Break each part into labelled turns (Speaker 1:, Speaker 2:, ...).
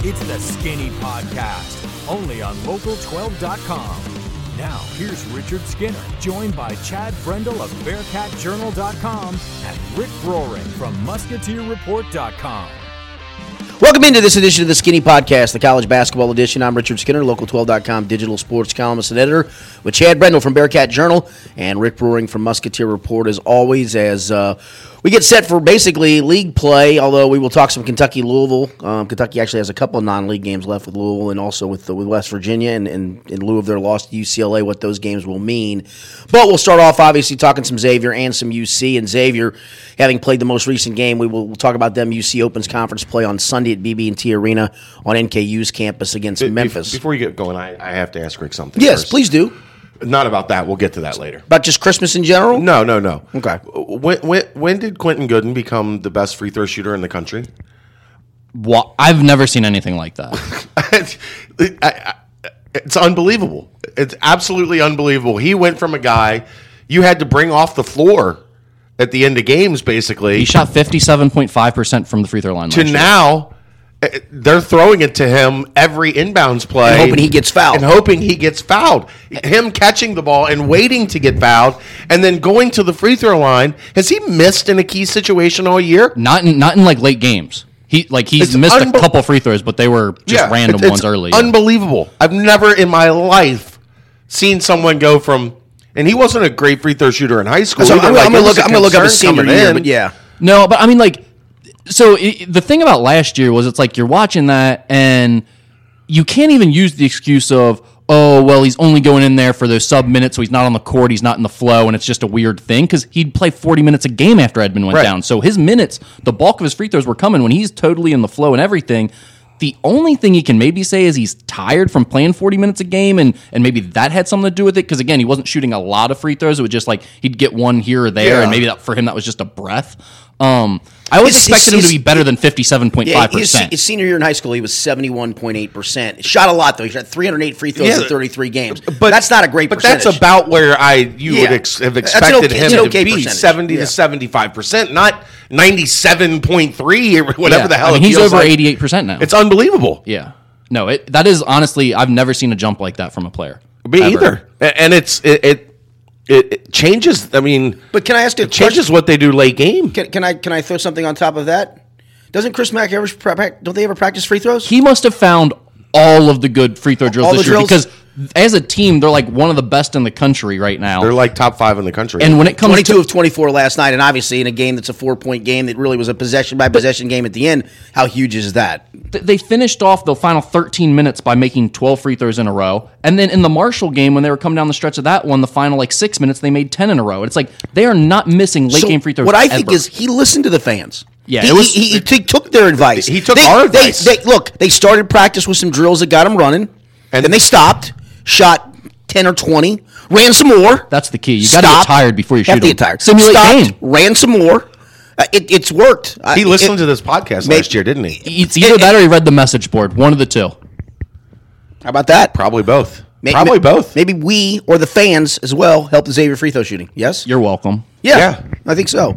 Speaker 1: It's the Skinny Podcast, only on Local12.com. Now, here's Richard Skinner, joined by Chad Brendel of BearcatJournal.com and Rick Roaring from MusketeerReport.com.
Speaker 2: Welcome into this edition of the Skinny Podcast, the college basketball edition. I'm Richard Skinner, local12.com digital sports columnist and editor, with Chad Brendel from Bearcat Journal and Rick Roaring from Musketeer Report, as always, as uh, we get set for basically league play, although we will talk some Kentucky Louisville. Um, Kentucky actually has a couple of non league games left with Louisville and also with, the, with West Virginia, and, and in lieu of their loss to UCLA, what those games will mean. But we'll start off, obviously, talking some Xavier and some UC, and Xavier having played the most recent game, we will we'll talk about them. UC opens conference play on Sunday at BB&T Arena on NKU's campus against
Speaker 3: Be-
Speaker 2: Memphis.
Speaker 3: Before you get going, I, I have to ask Rick something.
Speaker 2: yes,
Speaker 3: first.
Speaker 2: please do.
Speaker 3: Not about that. We'll get to that later.
Speaker 2: About just Christmas in general?
Speaker 3: No, no, no.
Speaker 2: Okay.
Speaker 3: When, when, when did Quentin Gooden become the best free throw shooter in the country?
Speaker 4: Wa I've never seen anything like that.
Speaker 3: I- I- it's unbelievable. It's absolutely unbelievable. He went from a guy you had to bring off the floor at the end of games, basically,
Speaker 4: He shot 57.5% from the free throw line.
Speaker 3: to
Speaker 4: last year.
Speaker 3: now uh, they're throwing it to him every inbounds play
Speaker 2: And hoping he gets fouled.
Speaker 3: and hoping he gets fouled him catching the ball and waiting to get fouled and then going to the free throw line has he missed in a key situation all year
Speaker 4: Not in, not in like late games. He like he's
Speaker 3: It's
Speaker 4: missed
Speaker 3: unbe-
Speaker 4: a couple free throws, but they were just random
Speaker 3: it's- it's
Speaker 4: ones early. yeah.
Speaker 3: unbelievable i've never in my life seen someone go from and he wasn't a great free throw shooter in high school
Speaker 2: So I'm,
Speaker 3: either,
Speaker 2: I'm
Speaker 3: like, it
Speaker 2: gonna
Speaker 3: was
Speaker 2: look.
Speaker 3: a
Speaker 2: I'm gonna look up his
Speaker 3: concern
Speaker 2: senior
Speaker 3: coming
Speaker 2: year,
Speaker 3: in.
Speaker 2: but yeah,
Speaker 4: No, but I mean, like, so i the thing about last year was it's like you're watching that and you can't even use the excuse of, oh, well, he's only going in there for those sub minutes, so he's not on the court, he's not in the flow, and it's just a weird thing because he'd play 40 minutes a game after Edmund went
Speaker 3: Right.
Speaker 4: down. So his minutes, the bulk of his free throws were coming when he's totally in the flow and everything. The only thing he can maybe say is he's tired from playing 40 minutes a game, and, and maybe that had something to do with it. Because again, he wasn't shooting a lot of free throws. It was just like he'd get one here or there,
Speaker 3: Yeah.
Speaker 4: and maybe that, for him that was just a breath. Um, I always
Speaker 2: It's-
Speaker 4: expected
Speaker 2: it's-
Speaker 4: him to be better than fifty-seven point
Speaker 2: yeah.
Speaker 4: five
Speaker 2: His, his
Speaker 4: percent.
Speaker 2: senior year in high school, he was seventy one point eight percent. Shot a lot though. He shot three hundred eight free throws
Speaker 3: Yeah,
Speaker 2: in thirty three games. But that's not a great.
Speaker 3: But
Speaker 2: percentage.
Speaker 3: that's about where I you
Speaker 2: Yeah.
Speaker 3: would ex- have
Speaker 2: That's an okay-
Speaker 3: expected
Speaker 2: it's
Speaker 3: him
Speaker 2: an
Speaker 3: to
Speaker 2: okay
Speaker 3: be
Speaker 2: percentage.
Speaker 3: seventy
Speaker 2: Yeah.
Speaker 3: to seventy five percent, not ninety seven point three or whatever the hell.
Speaker 4: I mean,
Speaker 3: it
Speaker 4: he's
Speaker 3: feels
Speaker 4: over
Speaker 3: like.
Speaker 4: eighty-eight percent now.
Speaker 3: It's unbelievable.
Speaker 4: yeah, no, it, that is honestly, I've never seen a jump like that from a player.
Speaker 3: Me
Speaker 4: Ever.
Speaker 3: either, A- and it's it, it it it changes. I mean,
Speaker 2: But can I ask you a
Speaker 3: it changes
Speaker 2: question?
Speaker 3: what they do late game.
Speaker 2: Can, can I can I throw something on top of that? Doesn't Chris Mack ever pra- don't they ever practice free throws?
Speaker 4: He must have found all of the good free throw drills
Speaker 2: All the
Speaker 4: this year
Speaker 2: drills?
Speaker 4: because as a team, they're like one of the best in the country right now.
Speaker 3: They're like top five in the country.
Speaker 4: and when it comes
Speaker 2: Twenty two
Speaker 4: to
Speaker 2: of twenty four last night, and obviously in a game that's a four point game that really was a possession by possession game at the end. How huge is that?
Speaker 4: th- they finished off the final 13 minutes by making 12 free throws in a row. And then in the Marshall game, when they were coming down the stretch of that one, the final like six minutes, they made 10 in a row. It's like they are not missing late
Speaker 2: So
Speaker 4: game free throws.
Speaker 2: What I think
Speaker 4: ever.
Speaker 2: is he listened to the fans.
Speaker 4: Yeah,
Speaker 2: he,
Speaker 4: it was-
Speaker 2: he, he- he took their advice.
Speaker 3: He took
Speaker 2: They-
Speaker 3: our
Speaker 2: they-
Speaker 3: advice.
Speaker 2: They, look, they started practice with some drills that got them running, and
Speaker 3: And-
Speaker 2: then they stopped, shot ten or twenty, ran some more.
Speaker 4: That's the key. You gotta get
Speaker 2: stopped,
Speaker 4: tired before you
Speaker 2: have
Speaker 4: shoot
Speaker 2: to
Speaker 4: 'em.
Speaker 2: get tired.
Speaker 4: Simulate
Speaker 2: stopped,
Speaker 4: game.
Speaker 2: ran some more. Uh, it, it's worked. I-
Speaker 3: he listened
Speaker 2: it-
Speaker 3: to this podcast
Speaker 2: may-
Speaker 3: last year, didn't he?
Speaker 4: it's either that or he read the message board. One of the two.
Speaker 2: How about that?
Speaker 3: Probably both.
Speaker 2: May-
Speaker 3: Probably
Speaker 2: may-
Speaker 3: both.
Speaker 2: Maybe we or the fans as well helped Xavier free throw shooting. Yes.
Speaker 4: You're welcome.
Speaker 2: Yeah,
Speaker 3: Yeah.
Speaker 2: I think so.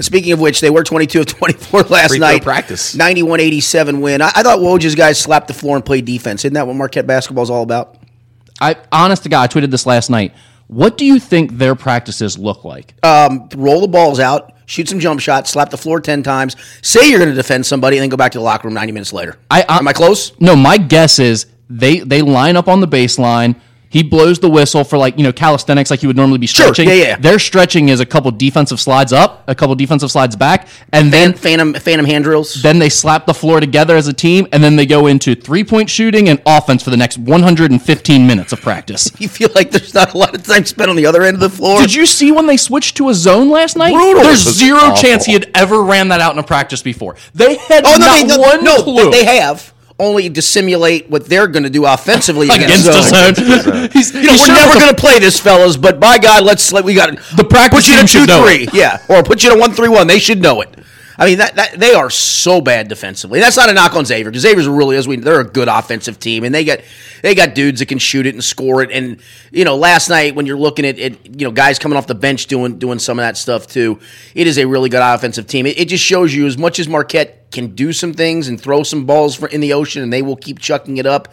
Speaker 2: Speaking of which, they were 22 of 24 last
Speaker 3: Free throw
Speaker 2: night.
Speaker 3: practice.
Speaker 2: 91 87 win. I, I thought Woj's guys slapped the floor and played defense. Isn't that what Marquette basketball is all about?
Speaker 4: I honest to God, I tweeted this last night. What do you think their practices look like?
Speaker 2: Roll the balls out, shoot some jump shots, slap the floor 10 times, say you're going to defend somebody, and then go back to the locker room 90 minutes later.
Speaker 4: I- I-
Speaker 2: Am I close?
Speaker 4: No, my guess is they they line up on the baseline. He blows the whistle for like you know calisthenics, like you would normally be stretching.
Speaker 2: yeah, yeah.
Speaker 4: Their stretching is a couple defensive slides up, a couple defensive slides back, and then
Speaker 2: Phantom, phantom hand drills.
Speaker 4: then they slap the floor together as a team, and then they go into three point shooting and offense for the next 115 minutes of practice.
Speaker 2: You feel like there's not a lot of time spent on the other end of the floor.
Speaker 4: Did you see when they switched to a zone last night?
Speaker 2: Brutal.
Speaker 4: There's
Speaker 2: This is
Speaker 4: zero
Speaker 3: awful.
Speaker 4: chance he had ever ran that out in a practice before. They had
Speaker 2: Oh, no,
Speaker 4: not
Speaker 2: they, no,
Speaker 4: one
Speaker 2: no,
Speaker 4: clue.
Speaker 2: they have. Only to simulate what they're going to do offensively
Speaker 4: against
Speaker 2: us.
Speaker 4: the zone. He's,
Speaker 2: You know,
Speaker 4: he's
Speaker 2: we're
Speaker 4: sure
Speaker 2: never
Speaker 4: what the
Speaker 2: going to play this, fellas. But by God, let's let we got
Speaker 4: The practice
Speaker 2: put you
Speaker 4: team
Speaker 2: to
Speaker 4: should know
Speaker 2: three, yeah, or put you to one three one. They should know it. I mean, that, that they are so bad defensively. That's not a knock on Xavier because Xavier's really as we they're a good offensive team and they got they got dudes that can shoot it and score it. And you know, last night when you're looking at, at you know guys coming off the bench doing doing some of that stuff too, it is a really good offensive team. It, it just shows you as much as Marquette can do some things and throw some balls for, in the ocean and they will keep chucking it up.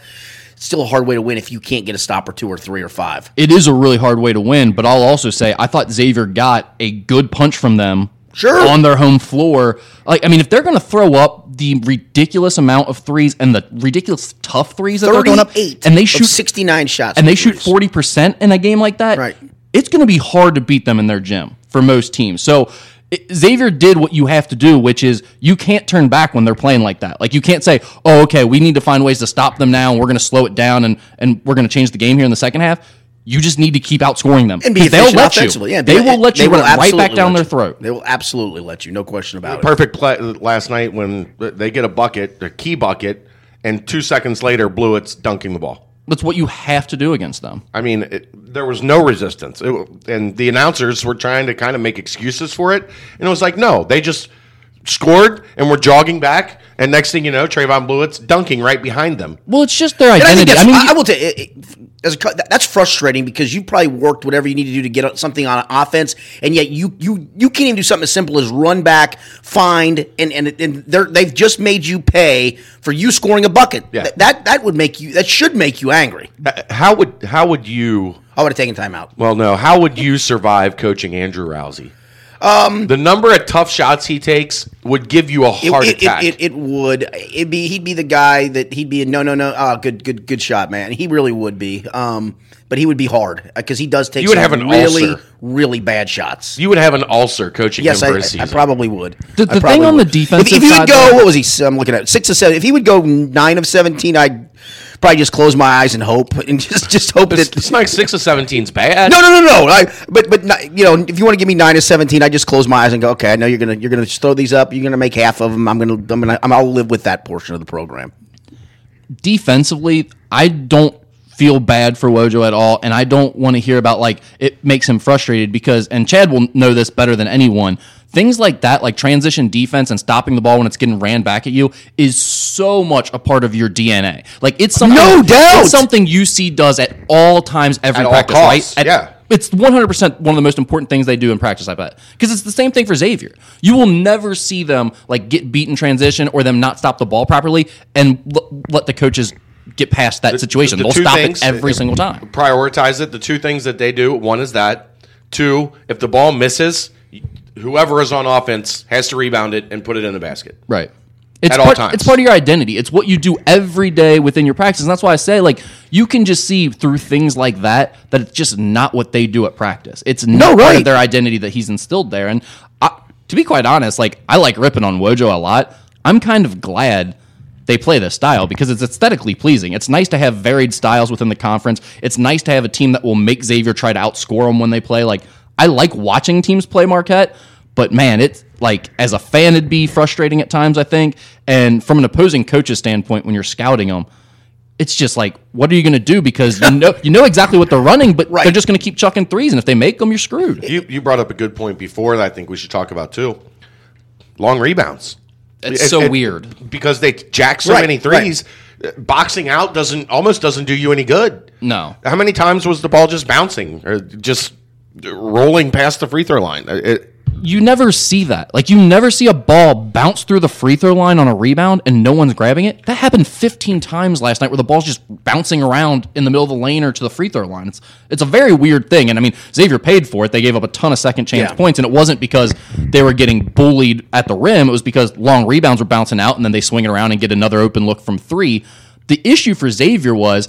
Speaker 2: It's still a hard way to win if you can't get a stop or two or three or five.
Speaker 4: It is a really hard way to win, but I'll also say I thought Xavier got a good punch from them.
Speaker 2: Sure.
Speaker 4: On their home floor. Like I mean, if they're gonna throw up the ridiculous amount of threes and the ridiculous tough threes that they're throwing up
Speaker 2: Thirty-eight
Speaker 4: and they
Speaker 2: of
Speaker 4: shoot
Speaker 2: sixty-nine shots,
Speaker 4: and they
Speaker 2: from
Speaker 4: shoot
Speaker 2: threes.
Speaker 4: 40% in a game like that,
Speaker 2: Right.
Speaker 4: it's going to be hard to beat them in their gym for most teams. So it- Xavier did what you have to do, which is you can't turn back when they're playing like that. Like you can't say, "Oh, okay, we need to find ways to stop them now, and we're going to slow it down, and and we're going to change the game here in the second half." You just need to keep outscoring them.
Speaker 2: and be
Speaker 4: 'Cause they'll
Speaker 2: efficient
Speaker 4: let you.
Speaker 2: offensively. Yeah, be-
Speaker 4: they will let you
Speaker 2: will
Speaker 4: run it right
Speaker 2: absolutely
Speaker 4: back down
Speaker 2: let
Speaker 4: their
Speaker 2: you.
Speaker 4: throat.
Speaker 2: They will absolutely let you. No question about it.
Speaker 3: Perfect play last night when they get a bucket, a key bucket, and two seconds later, Blewett's dunking the ball.
Speaker 4: That's what you have to do against them.
Speaker 3: I mean, it, there was no resistance, it, w- and the announcers were trying to kind of make excuses for it, and it was like, no, they just scored and were jogging back, and next thing you know, Trayvon Blewett's dunking right behind them.
Speaker 4: Well, it's just their
Speaker 2: And I think
Speaker 4: identity.
Speaker 2: that's,
Speaker 4: I, mean,
Speaker 2: I, I will tell you, it- it- as a co- that- that's frustrating because you probably worked whatever you need to do to get on- something on offense, and yet you you you can't even do something as simple as run back, find, and and, and they're, they've just made you pay for you scoring a bucket.
Speaker 3: Yeah.
Speaker 2: Th- that that would make you that should make you angry.
Speaker 3: Uh, How would how would you?
Speaker 2: I would have taken time out.
Speaker 3: Well, no, how would you survive coaching Andrew Rousey? Um, the number of tough shots he takes would give you a
Speaker 2: It,
Speaker 3: heart
Speaker 2: it,
Speaker 3: attack.
Speaker 2: it, it, it would. It'd be he'd be the guy that he'd be. a No, no, no. Ah, good, good, good shot, man. He really would be. Um, but he would be hard because he does take.
Speaker 3: You would
Speaker 2: some
Speaker 3: have an
Speaker 2: really,
Speaker 3: ulcer.
Speaker 2: really bad shots.
Speaker 3: you would have an ulcer coaching
Speaker 2: Yes,
Speaker 3: him
Speaker 2: I,
Speaker 3: for a
Speaker 2: I-
Speaker 3: season.
Speaker 2: I probably would.
Speaker 4: The-
Speaker 2: I
Speaker 4: the
Speaker 2: probably
Speaker 4: thing on
Speaker 2: would.
Speaker 4: the defensive
Speaker 2: if, if he would
Speaker 4: side,
Speaker 2: go,
Speaker 4: though-
Speaker 2: what was he? I'm looking at six or seven. If he would go nine of seventeen, I'd probably just close my eyes and hope, and just just hope
Speaker 3: it's,
Speaker 2: that.
Speaker 3: it's not six of seventeen's bad.
Speaker 2: No, no, no, no. I, but but not- you know, if you want to give me nine of seventeen, I just close my eyes and go. Okay, I know you're gonna you're gonna just throw these up. You're gonna make half of them. I'm gonna I'm gonna I'm, I'll live with that portion of the program.
Speaker 4: defensively, I don't feel bad for Wojo at all, and I don't want to hear about like it makes him frustrated because and Chad will know this better than anyone. Things like that, like transition defense and stopping the ball when it's getting ran back at you, is so much a part of your DNA. Like it's something,
Speaker 2: No doubt!
Speaker 4: it's something UC does at all times, every
Speaker 3: At all
Speaker 4: practice,
Speaker 3: costs,
Speaker 4: right? At-
Speaker 3: yeah.
Speaker 4: it's 100% one of the most important things they do in practice, I bet. Because it's the same thing for Xavier. You will never see them like get beat in transition or them not stop the ball properly and l- let the coaches get past that situation.
Speaker 3: the
Speaker 4: They'll
Speaker 3: two
Speaker 4: stop
Speaker 3: things-
Speaker 4: it every single time.
Speaker 3: prioritize it. The two things that they do one is that. Two, if the ball misses, whoever is on offense has to rebound it and put it in the basket.
Speaker 4: Right. It's
Speaker 3: At all
Speaker 4: part,
Speaker 3: times.
Speaker 4: It's part of your identity. It's what you do every day within your practice. And that's why I say, like, you can just see through things like that that it's just not what they do at practice. It's not part
Speaker 2: right.
Speaker 4: of their identity that he's instilled there. And I, to be quite honest, like, I like ripping on Wojo a lot. I'm kind of glad they play this style because it's aesthetically pleasing. It's nice to have varied styles within the conference. It's nice to have a team that will make Xavier try to outscore them when they play. Like, I like watching teams play Marquette. But man, it's like as a fan, it'd be frustrating at times. I think, and from an opposing coach's standpoint, when you're scouting them, it's just like, what are you going to do? Because you know you know exactly what they're running, but
Speaker 2: Right.
Speaker 4: they're just going to keep chucking threes, and if they make them, you're screwed.
Speaker 3: You, you brought up a good point before that I think we should talk about too. Long rebounds.
Speaker 4: It's
Speaker 3: It-
Speaker 4: so
Speaker 3: it-
Speaker 4: weird.
Speaker 3: Because they jack so
Speaker 2: Right,
Speaker 3: many threes. Boxing out doesn't almost doesn't do you any good.
Speaker 4: No.
Speaker 3: How many times was the ball just bouncing or just rolling past the free throw line? It-
Speaker 4: You never see that. Like you never see a ball bounce through the free throw line on a rebound and no one's grabbing it. That happened 15 times last night, where the ball's just bouncing around in the middle of the lane or to the free throw line. It's it's a very weird thing. And I mean, Xavier paid for it. They gave up a ton of second chance
Speaker 2: Yeah.
Speaker 4: points, and it wasn't because they were getting bullied at the rim. It was because long rebounds were bouncing out, and then they swing it around and get another open look from three. The issue for Xavier was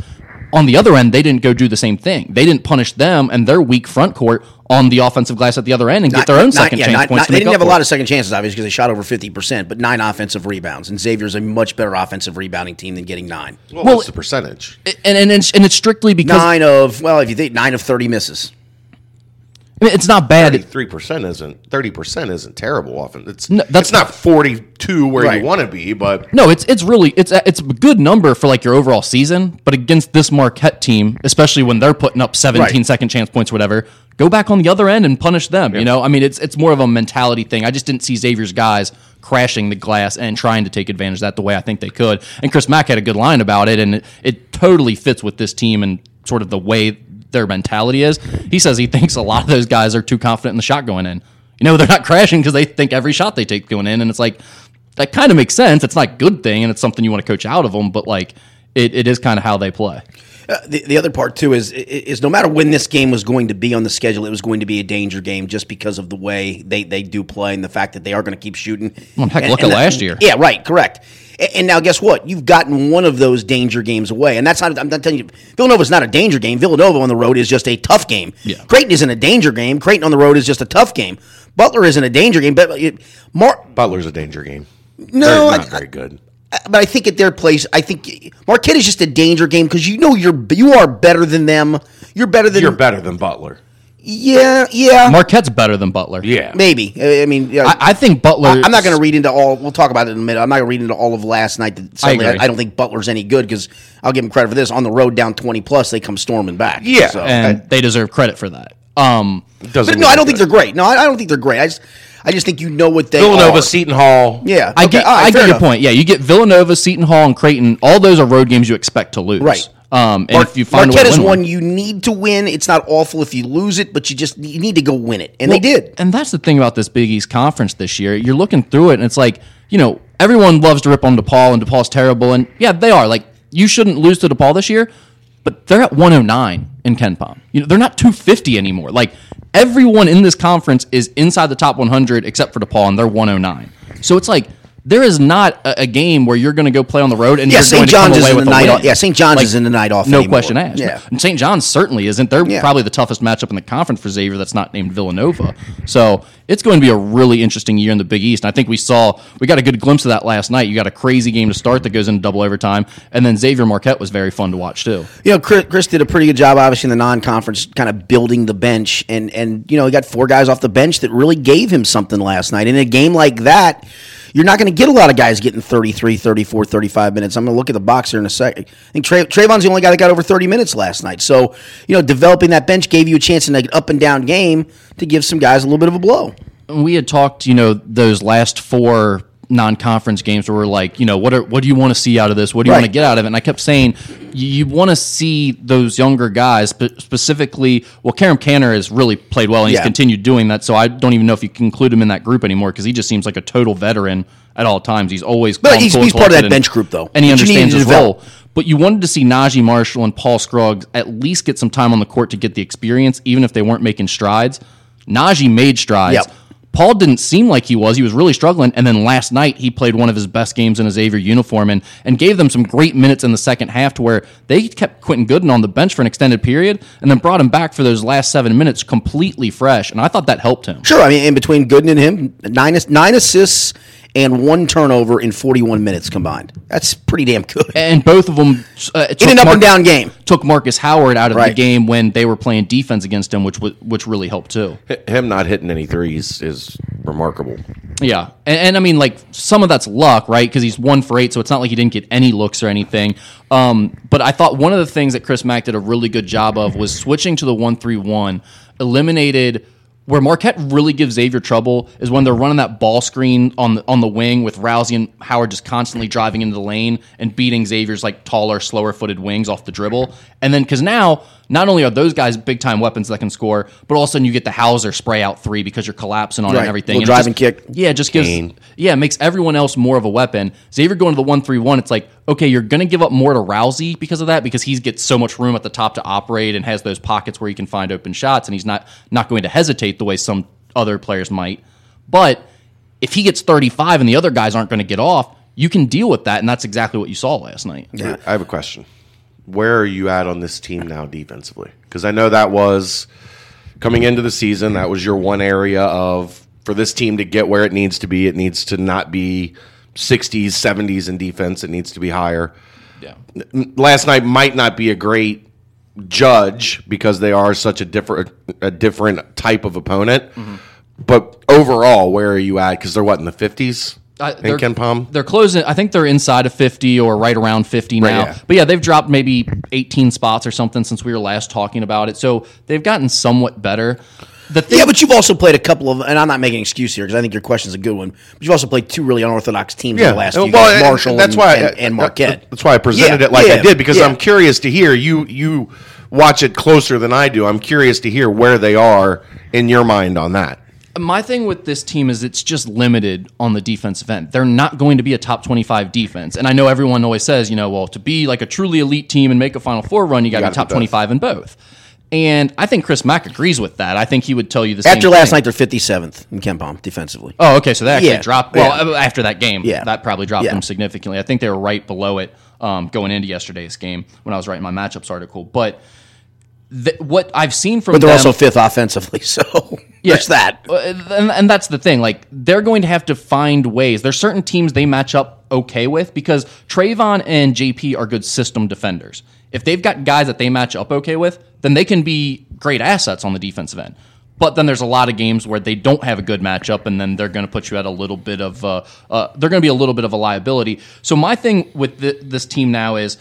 Speaker 4: on the other end, they didn't go do the same thing. They didn't punish them and their weak front court on the offensive glass at the other end and get their own
Speaker 2: Not-
Speaker 4: second
Speaker 2: yeah,
Speaker 4: chance
Speaker 2: not-
Speaker 4: points.
Speaker 2: not-
Speaker 4: to
Speaker 2: they
Speaker 4: make
Speaker 2: didn't
Speaker 4: up
Speaker 2: have a
Speaker 4: for
Speaker 2: lot
Speaker 4: it.
Speaker 2: of second chances, obviously, because they shot over fifty percent, but nine offensive rebounds. And Xavier's a much better offensive rebounding team than getting nine.
Speaker 3: well,
Speaker 4: Well,
Speaker 3: what's the percentage?
Speaker 4: and, and, it's- and it's strictly because
Speaker 2: Nine of well, if you think nine of thirty misses.
Speaker 4: I mean, it's not bad.
Speaker 3: Thirty-three percent isn't thirty percent isn't terrible. Often it's
Speaker 4: No, that's-
Speaker 3: that's not forty-two where
Speaker 2: Right.
Speaker 3: you want to be, but
Speaker 4: No, it's it's really it's a- it's a good number for like your overall season, but against this Marquette team, especially when they're putting up 17 second
Speaker 2: Right.
Speaker 4: chance points, whatever, go back on the other end and punish them. You know, I mean, it's it's more of a mentality thing. I just didn't see Xavier's guys crashing the glass and trying to take advantage of that the way I think they could. And Chris Mack had a good line about it, and it, it totally fits with this team and sort of the way their mentality is. He says he thinks a lot of those guys are too confident in the shot going in. You know, they're not crashing because they think every shot they take going in, and it's like that kind of makes sense. It's not a good thing, and it's something you want to coach out of them, but like it, it is kind of how they play.
Speaker 2: Uh, the, the other part too is is no matter when this game was going to be on the schedule, it was going to be a danger game just because of the way they, they do play and the fact that they are going to keep shooting.
Speaker 4: Well, heck,
Speaker 2: And-
Speaker 4: look
Speaker 2: and
Speaker 4: at
Speaker 2: the-
Speaker 4: last year.
Speaker 2: Yeah, right, correct. A- And now, guess what? You've gotten one of those danger games away, and that's not. I'm not telling you, Villanova's not a danger game. Villanova on the road is just a tough game.
Speaker 4: Yeah.
Speaker 2: Creighton isn't a danger game. Creighton on the road is just a tough game. Butler isn't a danger game, but it, Mar-
Speaker 3: Butler's a danger game.
Speaker 2: No,
Speaker 3: They're
Speaker 2: I-
Speaker 3: not very good.
Speaker 2: but I think at their place, I think Marquette is just a danger game because you know you're you are better than them. You're better than
Speaker 3: You're better than Butler.
Speaker 2: Yeah, yeah,
Speaker 4: Marquette's better than Butler.
Speaker 3: Yeah,
Speaker 2: maybe. I, I mean, yeah.
Speaker 4: I, I think Butler.
Speaker 2: I, am not going to read into all. We'll talk about it in a minute. I'm not going to read into all of last night. That suddenly I,
Speaker 4: agree.
Speaker 2: I don't think Butler's any good because I'll give him credit for this. On the road, down 20 plus, they come storming back.
Speaker 3: Yeah.
Speaker 2: So-
Speaker 4: and they deserve credit for that. Um,
Speaker 3: Doesn't
Speaker 2: but no, I
Speaker 3: mean
Speaker 2: don't think they're great. No, I, I don't think they're great. I just, I just think you know what they
Speaker 3: Villanova,
Speaker 2: are.
Speaker 3: Seton Hall.
Speaker 2: Yeah,
Speaker 4: I
Speaker 2: okay,
Speaker 4: get,
Speaker 2: all right,
Speaker 4: I
Speaker 2: fair
Speaker 4: get your
Speaker 2: enough.
Speaker 4: point. Yeah, you get Villanova, Seton Hall, and Creighton. All those are road games you expect to lose.
Speaker 2: Right.
Speaker 4: Um, and
Speaker 2: Mar-
Speaker 4: if you find
Speaker 2: Marquette
Speaker 4: a way to
Speaker 2: is
Speaker 4: win
Speaker 2: one you need to win. It's not awful if you lose it, but you just you need to go win it, and they
Speaker 4: Well,
Speaker 2: did.
Speaker 4: And that's the thing about this Big East conference this year. You're looking through it, and it's like you know everyone loves to rip on DePaul, and DePaul's terrible, and yeah, they are. Like you shouldn't lose to DePaul this year, but they're at 109 in Ken Palm. You know they're not 250 anymore. Like everyone in this conference is inside the top 100 except for DePaul, and they're 109. So it's like. There is not a, a game where you're going to go play on the road and
Speaker 2: Yeah,
Speaker 4: you're
Speaker 2: St.
Speaker 4: going
Speaker 2: John's
Speaker 4: to come
Speaker 2: is
Speaker 4: away
Speaker 2: in the
Speaker 4: with a
Speaker 2: night.
Speaker 4: win.
Speaker 2: Off. Yeah, St. John's is in the night off.
Speaker 4: No
Speaker 2: anymore.
Speaker 4: question asked.
Speaker 2: Yeah.
Speaker 4: And St. John's certainly isn't. They're
Speaker 2: Yeah.
Speaker 4: probably the toughest matchup in the conference for Xavier that's not named Villanova. So it's going to be a really interesting year in the Big East. And I think we saw, we got a good glimpse of that last night. You got a crazy game to start that goes into double overtime. And then Xavier Marquette was very fun to watch, too.
Speaker 2: you know, Chris, Chris did a pretty good job, obviously, in the non-conference, kind of building the bench, and and you know, he got four guys off the bench that really gave him something last night. In a game like that, you're not going to get a lot of guys getting 33, 34, 35 minutes. I'm going to look at the box here in a second. I think Tra- Trayvon's the only guy that got over 30 minutes last night. So, you know, developing that bench gave you a chance in an up and down game to give some guys a little bit of a blow.
Speaker 4: we had talked, you know, those last four non-conference games where we're like, you know, what are what do you want to see out of this? What do you want
Speaker 2: Right.
Speaker 4: to get out of it? And I kept saying, you, you want to see those younger guys, but specifically, well, Karam Canner has really played well and
Speaker 2: Yeah.
Speaker 4: he's continued doing that. So I don't even know if you can include him in that group anymore because he just seems like a total veteran at all times. He's always
Speaker 2: But
Speaker 4: calm,
Speaker 2: he's-
Speaker 4: cool,
Speaker 2: he's part of that
Speaker 4: collected, and-
Speaker 2: bench group, though,
Speaker 4: and he
Speaker 2: that you needed
Speaker 4: understands
Speaker 2: to
Speaker 4: his
Speaker 2: develop.
Speaker 4: role. But you wanted to see Najee Marshall and Paul Scruggs at least get some time on the court to get the experience, even if they weren't making strides. Najee made strides.
Speaker 2: Yep.
Speaker 4: Paul didn't seem like he was. He was really struggling. And then last night, he played one of his best games in his Xavier uniform and, and gave them some great minutes in the second half to where they kept Quentin Gooden on the bench for an extended period and then brought him back for those last seven minutes completely fresh. And I thought that helped him.
Speaker 2: Sure, I mean, in between Gooden and him, nine ass- nine assists and one turnover in 41 minutes combined. That's pretty damn good.
Speaker 4: And both of them uh,
Speaker 2: In an up and down game.
Speaker 4: took Marcus Howard out of
Speaker 2: Right.
Speaker 4: the game when they were playing defense against him, which wa- which really helped too.
Speaker 3: Him not hitting any threes is remarkable.
Speaker 4: Yeah, and, and I mean like some of that's luck, right? Because he's one for eight, so it's not like he didn't get any looks or anything. Um, but I thought one of the things that Chris Mack did a really good job of was switching to the one three one, eliminated. Where Marquette really gives Xavier trouble is when they're running that ball screen on the on the wing with Rousey and Howard just constantly driving into the lane and beating Xavier's like taller, slower footed wings off the dribble. And then because now not only are those guys big time weapons that can score, but all of a sudden you get the Hauser spray out three because you're collapsing on it
Speaker 2: Right.
Speaker 4: and everything.
Speaker 2: Little
Speaker 4: And it
Speaker 2: drive and
Speaker 4: just-
Speaker 2: kick.
Speaker 4: yeah, it just gives yeah, it makes everyone else more of a weapon. Xavier going to the one three one, it's like, okay, you're gonna give up more to Rousey because of that, because he gets so much room at the top to operate and has those pockets where he can find open shots and he's not not going to hesitate the way some other players might. But if he gets thirty five and the other guys aren't gonna get off, you can deal with that, and that's exactly what you saw last night.
Speaker 3: I have a question. Where are you at on this team now defensively? Because I know that was coming into the season. That was your one area of for this team to get where it needs to be. It needs to not be 60s, 70s in defense. It needs to be higher.
Speaker 4: Yeah.
Speaker 3: last night might not be a great judge because they are such a different a different type of opponent.
Speaker 4: Mm-hmm.
Speaker 3: But overall, where are you at? Because they're what in the fifties
Speaker 4: I-
Speaker 3: in Ken Palm.
Speaker 4: Uh, They're closing. I think they're inside of 50 or right around 50 now.
Speaker 3: yeah.
Speaker 4: But yeah, they've dropped maybe 18 spots or something since we were last talking about it. So they've gotten somewhat better. the thing,
Speaker 2: yeah, but you've also played a couple of, and I'm not making an excuse here because I think your question's a good one. But you've also played two really unorthodox teams in the last few
Speaker 3: Oh, well,
Speaker 2: years,
Speaker 3: and-
Speaker 2: Marshall
Speaker 3: and that's
Speaker 2: and,
Speaker 3: why I- uh,
Speaker 2: and, and Marquette.
Speaker 3: That's why I presented
Speaker 2: Yeah,
Speaker 3: it like
Speaker 2: yeah,
Speaker 3: I did because
Speaker 2: yeah.
Speaker 3: I'm curious to hear you. You watch it closer than I do. I'm curious to hear where they are in your mind on that.
Speaker 4: my thing with this team is it's just limited on the defensive end. They're not going to be a top 25 defense. And I know everyone always says, you know, well, to be like a truly elite team and make a Final Four run, you got to
Speaker 3: gotta
Speaker 4: be
Speaker 3: be
Speaker 4: top
Speaker 3: both.
Speaker 4: 25 in both. And I think Chris Mack agrees with that. I think he would tell you the same
Speaker 2: After last
Speaker 4: thing.
Speaker 2: night, they're 57th in Kempom defensively.
Speaker 4: Oh, okay. So that actually
Speaker 2: Yeah.
Speaker 4: dropped.
Speaker 2: Yeah.
Speaker 4: Well, uh, after that game,
Speaker 2: Yeah.
Speaker 4: that probably dropped
Speaker 2: Yeah.
Speaker 4: them significantly. I think they were right below it um, going into yesterday's game when I was writing my matchups article. But th- what I've seen from
Speaker 2: but they're
Speaker 4: them,
Speaker 2: also fifth offensively, so there's that.
Speaker 4: Uh, and, and that's the thing. Like they're going to have to find ways. There's certain teams they match up okay with because Trayvon and JP are good system defenders. If they've got guys that they match up okay with, then they can be great assets on the defensive end. But then there's a lot of games where they don't have a good matchup, and then they're going to put you at a little bit of uh, uh, they're going to be a little bit of a liability. So my thing with thi- this team now is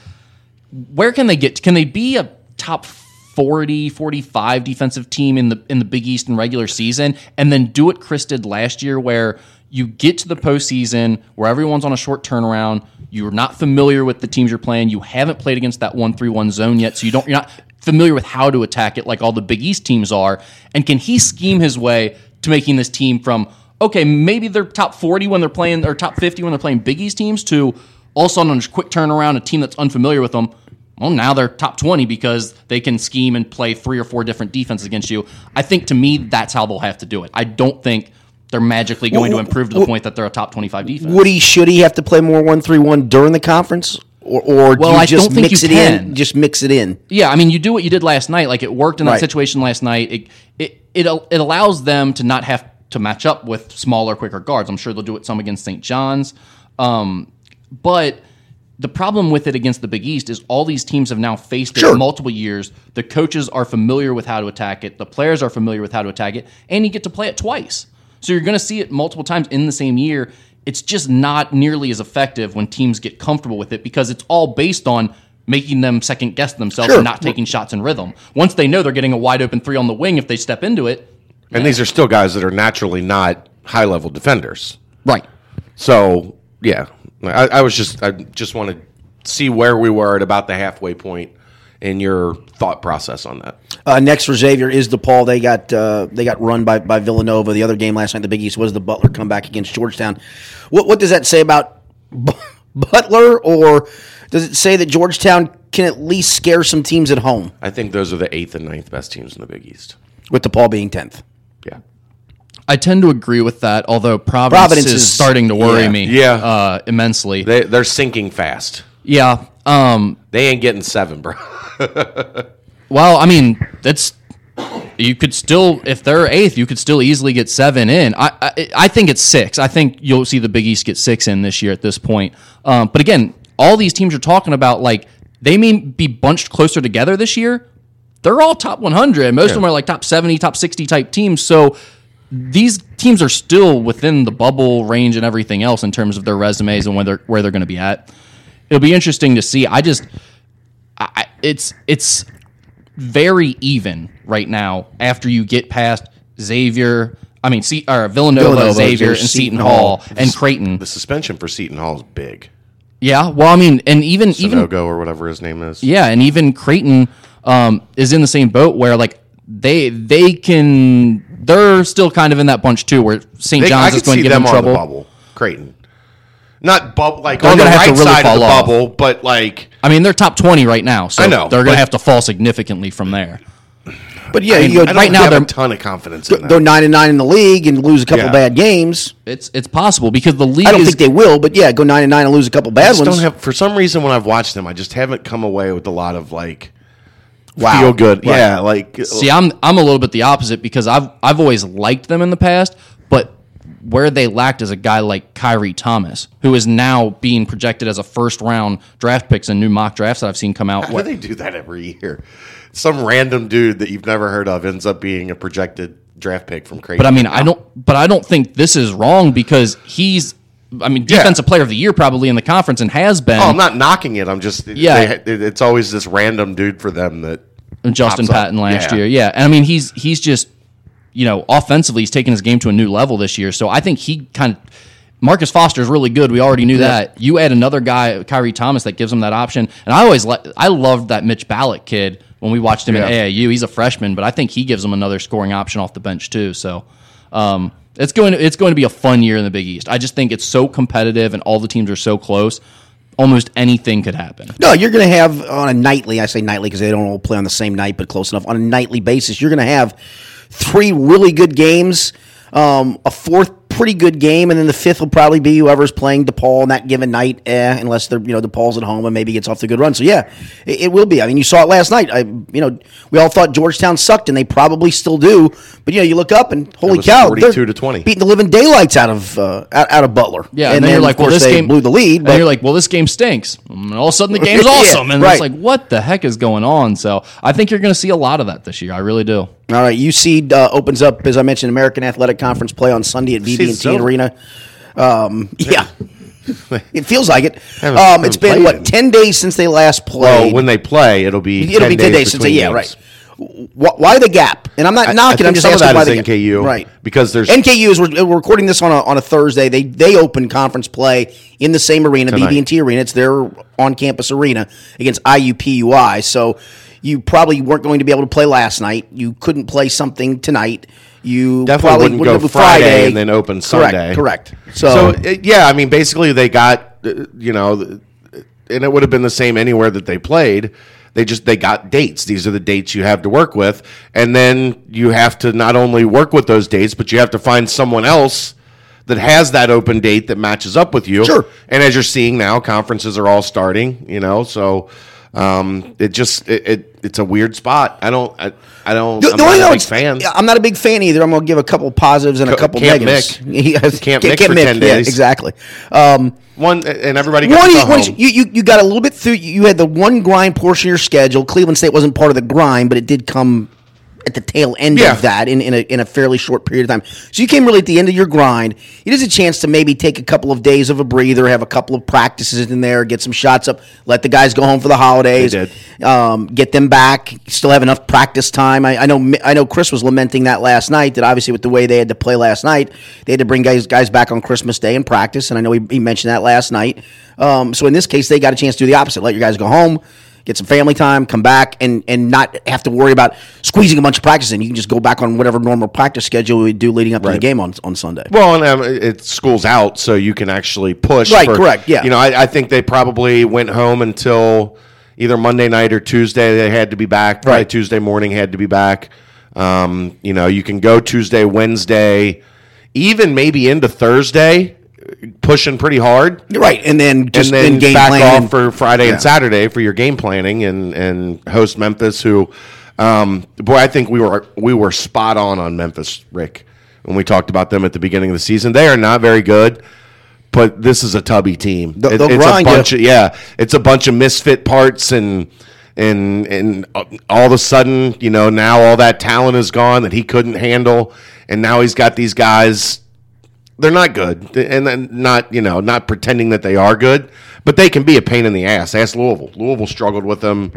Speaker 4: where can they get can they be a top 40 45 defensive team in the in the big east in regular season and then do what chris did last year where you get to the postseason where everyone's on a short turnaround you're not familiar with the teams you're playing you haven't played against that 1-3-1 zone yet so you don't you're not familiar with how to attack it like all the big east teams are and can he scheme his way to making this team from okay maybe they're top 40 when they're playing or top 50 when they're playing big east teams to all of a sudden on a quick turnaround, a team that's unfamiliar with them, well, now they're top 20 because they can scheme and play three or four different defenses against you. I think to me, that's how they'll have to do it. I don't think they're magically going to improve to the point that they're a top 25 defense.
Speaker 2: Would he? Should he have to play more one three one during the conference, or or do
Speaker 4: Well,
Speaker 2: you
Speaker 4: I
Speaker 2: just
Speaker 4: don't think
Speaker 2: mix
Speaker 4: you
Speaker 2: it in?
Speaker 4: can.
Speaker 2: Just mix it in.
Speaker 4: Yeah, I mean, you do what you did last night. Like it worked in that
Speaker 2: Right.
Speaker 4: situation last night. It it it, al- it allows them to not have to match up with smaller, quicker guards. I'm sure they'll do it some against St. John's, um, but the problem with it against the Big East is all these teams have now faced
Speaker 2: Sure.
Speaker 4: it multiple years. The coaches are familiar with how to attack it. The players are familiar with how to attack it, and you get to play it twice. So you're going to see it multiple times in the same year. It's just not nearly as effective when teams get comfortable with it because it's all based on making them second guess themselves
Speaker 2: Sure.
Speaker 4: and not taking shots in rhythm. Once they know they're getting a wide open three on the wing, if they step into it,
Speaker 3: And these are still guys that are naturally not high level defenders.
Speaker 4: right.
Speaker 3: So yeah, I, I was just I just want to see where we were at about the halfway point in your thought process on that.
Speaker 2: Uh, next for Xavier is DePaul. They got uh, they got run by, by Villanova. The other game last night, in the Big East was the Butler comeback against Georgetown. What what does that say about B- Butler, or does it say that Georgetown can at least scare some teams at home
Speaker 3: I think those are the eighth and ninth best teams in the Big East.
Speaker 2: with DePaul being tenth?
Speaker 3: Yeah.
Speaker 4: I tend to agree with that, although Providence,
Speaker 2: Providence
Speaker 4: is,
Speaker 2: is-
Speaker 4: starting to worry
Speaker 2: yeah.
Speaker 4: me
Speaker 3: Yeah.
Speaker 4: Uh, immensely.
Speaker 3: They they're sinking fast.
Speaker 4: yeah. Um,
Speaker 3: They ain't getting seven, bro.
Speaker 4: Well, I mean, that's you could still if they're eighth, you could still easily get seven in. I I, I think it's six. I think you'll see the Big East get six in this year at this point. Um, but again, all these teams are talking about like they may be bunched closer together this year. They're all top 100. Most of them are like top 70, top 60 type teams. So these teams are still within the bubble range and everything else in terms of their resumes and where they're where they're going to be at. It'll be interesting to see. I just I, it's it's very even right now after you get past Xavier. I mean, C, or Villanova,
Speaker 2: Villanova,
Speaker 4: Xavier,
Speaker 2: Xavier,
Speaker 4: and Seton
Speaker 2: Seton
Speaker 4: Hall,
Speaker 2: Hall.
Speaker 4: and Creighton.
Speaker 3: the suspension for Seton Hall is big.
Speaker 4: Yeah, well, I mean, and even even
Speaker 3: Nogo or whatever his name is.
Speaker 4: yeah, and even Creighton um, is in the same boat where like they they can they're still kind of in that bunch too, where St.
Speaker 3: They- I
Speaker 4: John's
Speaker 3: can
Speaker 4: is going
Speaker 3: see
Speaker 4: to give
Speaker 3: them,
Speaker 4: them,
Speaker 3: on
Speaker 4: trouble.
Speaker 3: the bubble. Creighton, not bubble like
Speaker 4: They're
Speaker 3: on the
Speaker 4: gonna have
Speaker 3: right
Speaker 4: to really
Speaker 3: side of the
Speaker 4: fall off.
Speaker 3: bubble, but like
Speaker 4: I mean, they're top twenty right now, so
Speaker 3: I know,
Speaker 4: they're
Speaker 3: but-
Speaker 4: going to have to fall significantly from there.
Speaker 2: But yeah,
Speaker 4: mean,
Speaker 2: you
Speaker 3: I
Speaker 2: go,
Speaker 3: don't
Speaker 4: Right now,
Speaker 3: have
Speaker 4: they're-
Speaker 3: a ton of confidence in
Speaker 2: go
Speaker 3: them.
Speaker 2: nine and nine in the league and lose a couple
Speaker 3: Yeah.
Speaker 2: bad games.
Speaker 4: It's it's possible because the league
Speaker 2: I don't
Speaker 4: is
Speaker 2: think they will, but yeah, go nine and nine and lose a couple
Speaker 3: I
Speaker 2: bad
Speaker 3: just
Speaker 2: ones.
Speaker 3: don't have for some reason when I've watched them, I just haven't come away with a lot of like
Speaker 2: Wow.
Speaker 3: feel good.
Speaker 2: Right.
Speaker 3: Yeah, like
Speaker 4: See, I'm I'm a little bit the opposite because I've I've always liked them in the past, but where they lacked is a guy like Kyrie Thomas, who is now being projected as a first round draft picks in new mock drafts that I've seen come out.
Speaker 3: Why do they do that every year? Some random dude that you've never heard of ends up being a projected draft pick from Creighton.
Speaker 4: But I mean, I don't. But I don't think this is wrong because he's, I mean,
Speaker 3: Yeah.
Speaker 4: defensive player of the year probably in the conference and has been.
Speaker 3: oh, I'm not knocking it. I'm just
Speaker 4: Yeah.
Speaker 3: yeah. it's always this random dude for them that
Speaker 4: and Justin
Speaker 3: pops up.
Speaker 4: Patton last
Speaker 3: Yeah.
Speaker 4: year. Yeah, and I mean he's he's just you know, offensively, he's taken his game to a new level this year. So I think he kind of. Marcus Foster is really good. We already knew that. You add another guy, Kyrie Thomas, that gives him that option. And I always like, I loved that Mitch Ballack kid when we watched him
Speaker 3: Yeah.
Speaker 4: in AAU. He's a freshman, but I think he gives them another scoring option off the bench too. So um, it's going to, it's going to be a fun year in the Big East. I just think it's so competitive and all the teams are so close. Almost anything could happen.
Speaker 2: No, you're going to have on a nightly, I say nightly because they don't all play on the same night, but close enough. On a nightly basis, you're going to have three really good games, um, a fourth pretty good game, and then the fifth will probably be whoever's playing DePaul on that given night, eh, unless they're, you know, DePaul's at home and maybe gets off the good run. So, yeah, it, it will be. I mean, you saw it last night. I, you know, we all thought Georgetown sucked, and they probably still do. But, you know, you look up and holy
Speaker 3: was
Speaker 2: cow,
Speaker 3: 42 to 20.
Speaker 2: Beating the living daylights out of, uh, out, out of Butler.
Speaker 4: Yeah, and, then, you're
Speaker 2: of
Speaker 4: like, well,
Speaker 2: course,
Speaker 4: this
Speaker 2: they
Speaker 4: game
Speaker 2: blew the lead.
Speaker 4: and
Speaker 2: but-
Speaker 4: you're like, well, this game stinks. And all of a sudden, the game's
Speaker 2: Yeah,
Speaker 4: awesome, and
Speaker 2: right.
Speaker 4: it's like, what the heck is going on? So I think you're going to see a lot of that this year. I really do.
Speaker 2: All right, UC uh, opens up as I mentioned American Athletic Conference play on Sunday at BB&T
Speaker 3: Season's over.
Speaker 2: Arena. Um, yeah, it feels like it.
Speaker 3: Haven't-
Speaker 2: Um, it's
Speaker 3: haven't
Speaker 2: been
Speaker 3: played
Speaker 2: what
Speaker 3: in-
Speaker 2: ten days since they last
Speaker 3: Well,
Speaker 2: played.
Speaker 3: when they play, it'll be
Speaker 2: It'll be ten days since they, yeah,
Speaker 3: between games.
Speaker 2: right. Wh- Why the gap? And I'm not
Speaker 3: I- I
Speaker 2: knocking. I, am just
Speaker 3: think some of
Speaker 2: asking
Speaker 3: that
Speaker 2: why
Speaker 3: is
Speaker 2: the gap.
Speaker 3: NKU,
Speaker 2: right?
Speaker 3: because there's-
Speaker 2: NKU is we're, we're recording this on a, on a Thursday. They they open conference play in the same arena,
Speaker 3: Tonight.
Speaker 2: BB&T Arena. It's their on campus arena against IUPUI. So you probably weren't going to be able to play last night. You couldn't play something tonight. You
Speaker 3: Definitely
Speaker 2: probably
Speaker 3: wouldn't
Speaker 2: wouldn't
Speaker 3: go
Speaker 2: have-
Speaker 3: Friday and then open
Speaker 2: Correct,
Speaker 3: Sunday.
Speaker 2: Correct.
Speaker 3: So,
Speaker 2: So,
Speaker 3: it- yeah, I mean, basically they got uh, you know, th- and it would have been the same anywhere that they played. They just they got dates. These are the dates you have to work with, and then you have to not only work with those dates, but you have to find someone else that has that open date that matches up with you.
Speaker 2: Sure.
Speaker 3: And as you're seeing now, conferences are all starting. You know, so. Um, it just it, it it's a weird spot. I don't I, I don't.
Speaker 2: The-
Speaker 3: I'm
Speaker 2: the
Speaker 3: not
Speaker 2: only thing
Speaker 3: a big
Speaker 2: I
Speaker 3: fan.
Speaker 2: would- yeah, I'm not a big fan either. I'm going to give a couple positives and a
Speaker 3: Co-
Speaker 2: couple
Speaker 3: can't
Speaker 2: negatives.
Speaker 3: Mick.
Speaker 2: Yes.
Speaker 3: Can't
Speaker 2: Can't-
Speaker 3: Mick
Speaker 2: can't
Speaker 3: for 10
Speaker 2: Yeah,
Speaker 3: days.
Speaker 2: exactly. Um,
Speaker 3: One and everybody. Got
Speaker 2: One,
Speaker 3: to
Speaker 2: is-
Speaker 3: go
Speaker 2: one is-
Speaker 3: home.
Speaker 2: you, you you got a little bit through. You had the one grind portion of your schedule. Cleveland State wasn't part of the grind, but it did come at the tail end
Speaker 3: Yeah.
Speaker 2: of that in, in, a, in a fairly short period of time. So you came really at the end of your grind. It is a chance to maybe take a couple of days of a breather, have a couple of practices in there, get some shots up, let the guys go home for the holidays,
Speaker 3: They
Speaker 2: Um, get them back, still have enough practice time. I, I know Mi- I know Chris was lamenting that last night, that obviously with the way they had to play last night, they had to bring guys guys back on Christmas Day and practice, and I know he, he mentioned that last night. Um, so in this case, they got a chance to do the opposite, let your guys go home get some family time, come back, and and not have to worry about squeezing a bunch of practice in. You can just go back on whatever normal practice schedule we do leading up to the
Speaker 3: Right.
Speaker 2: game on on Sunday.
Speaker 3: Well, and um, it- it school's out, so you can actually push.
Speaker 2: Right, correct, yeah.
Speaker 3: You know, I, I think they probably went home until either Monday night or Tuesday. They had to be back. Probably
Speaker 2: Right.
Speaker 3: Tuesday morning had to be back. Um, you know, you can go Tuesday, Wednesday, even maybe into Thursday, pushing pretty hard.
Speaker 2: Right, and then just
Speaker 3: and then
Speaker 2: in game
Speaker 3: back
Speaker 2: plan.
Speaker 3: off for Friday
Speaker 2: Yeah.
Speaker 3: and Saturday for your game planning and and host Memphis. Who, um, boy, I think we were we were spot on on Memphis, Rick, when we talked about them at the beginning of the season. They are not very good, but this is a tubby team.
Speaker 2: They'll- they'll
Speaker 3: it's
Speaker 2: grind
Speaker 3: a bunch
Speaker 2: you.
Speaker 3: of yeah, it's a bunch of misfit parts and. And and all of a sudden, you know, now all that talent is gone that he couldn't handle, and now he's got these guys they're not good, and then not you know not pretending that they are good, but they can be a pain in the ass. Ask Louisville. Louisville struggled with them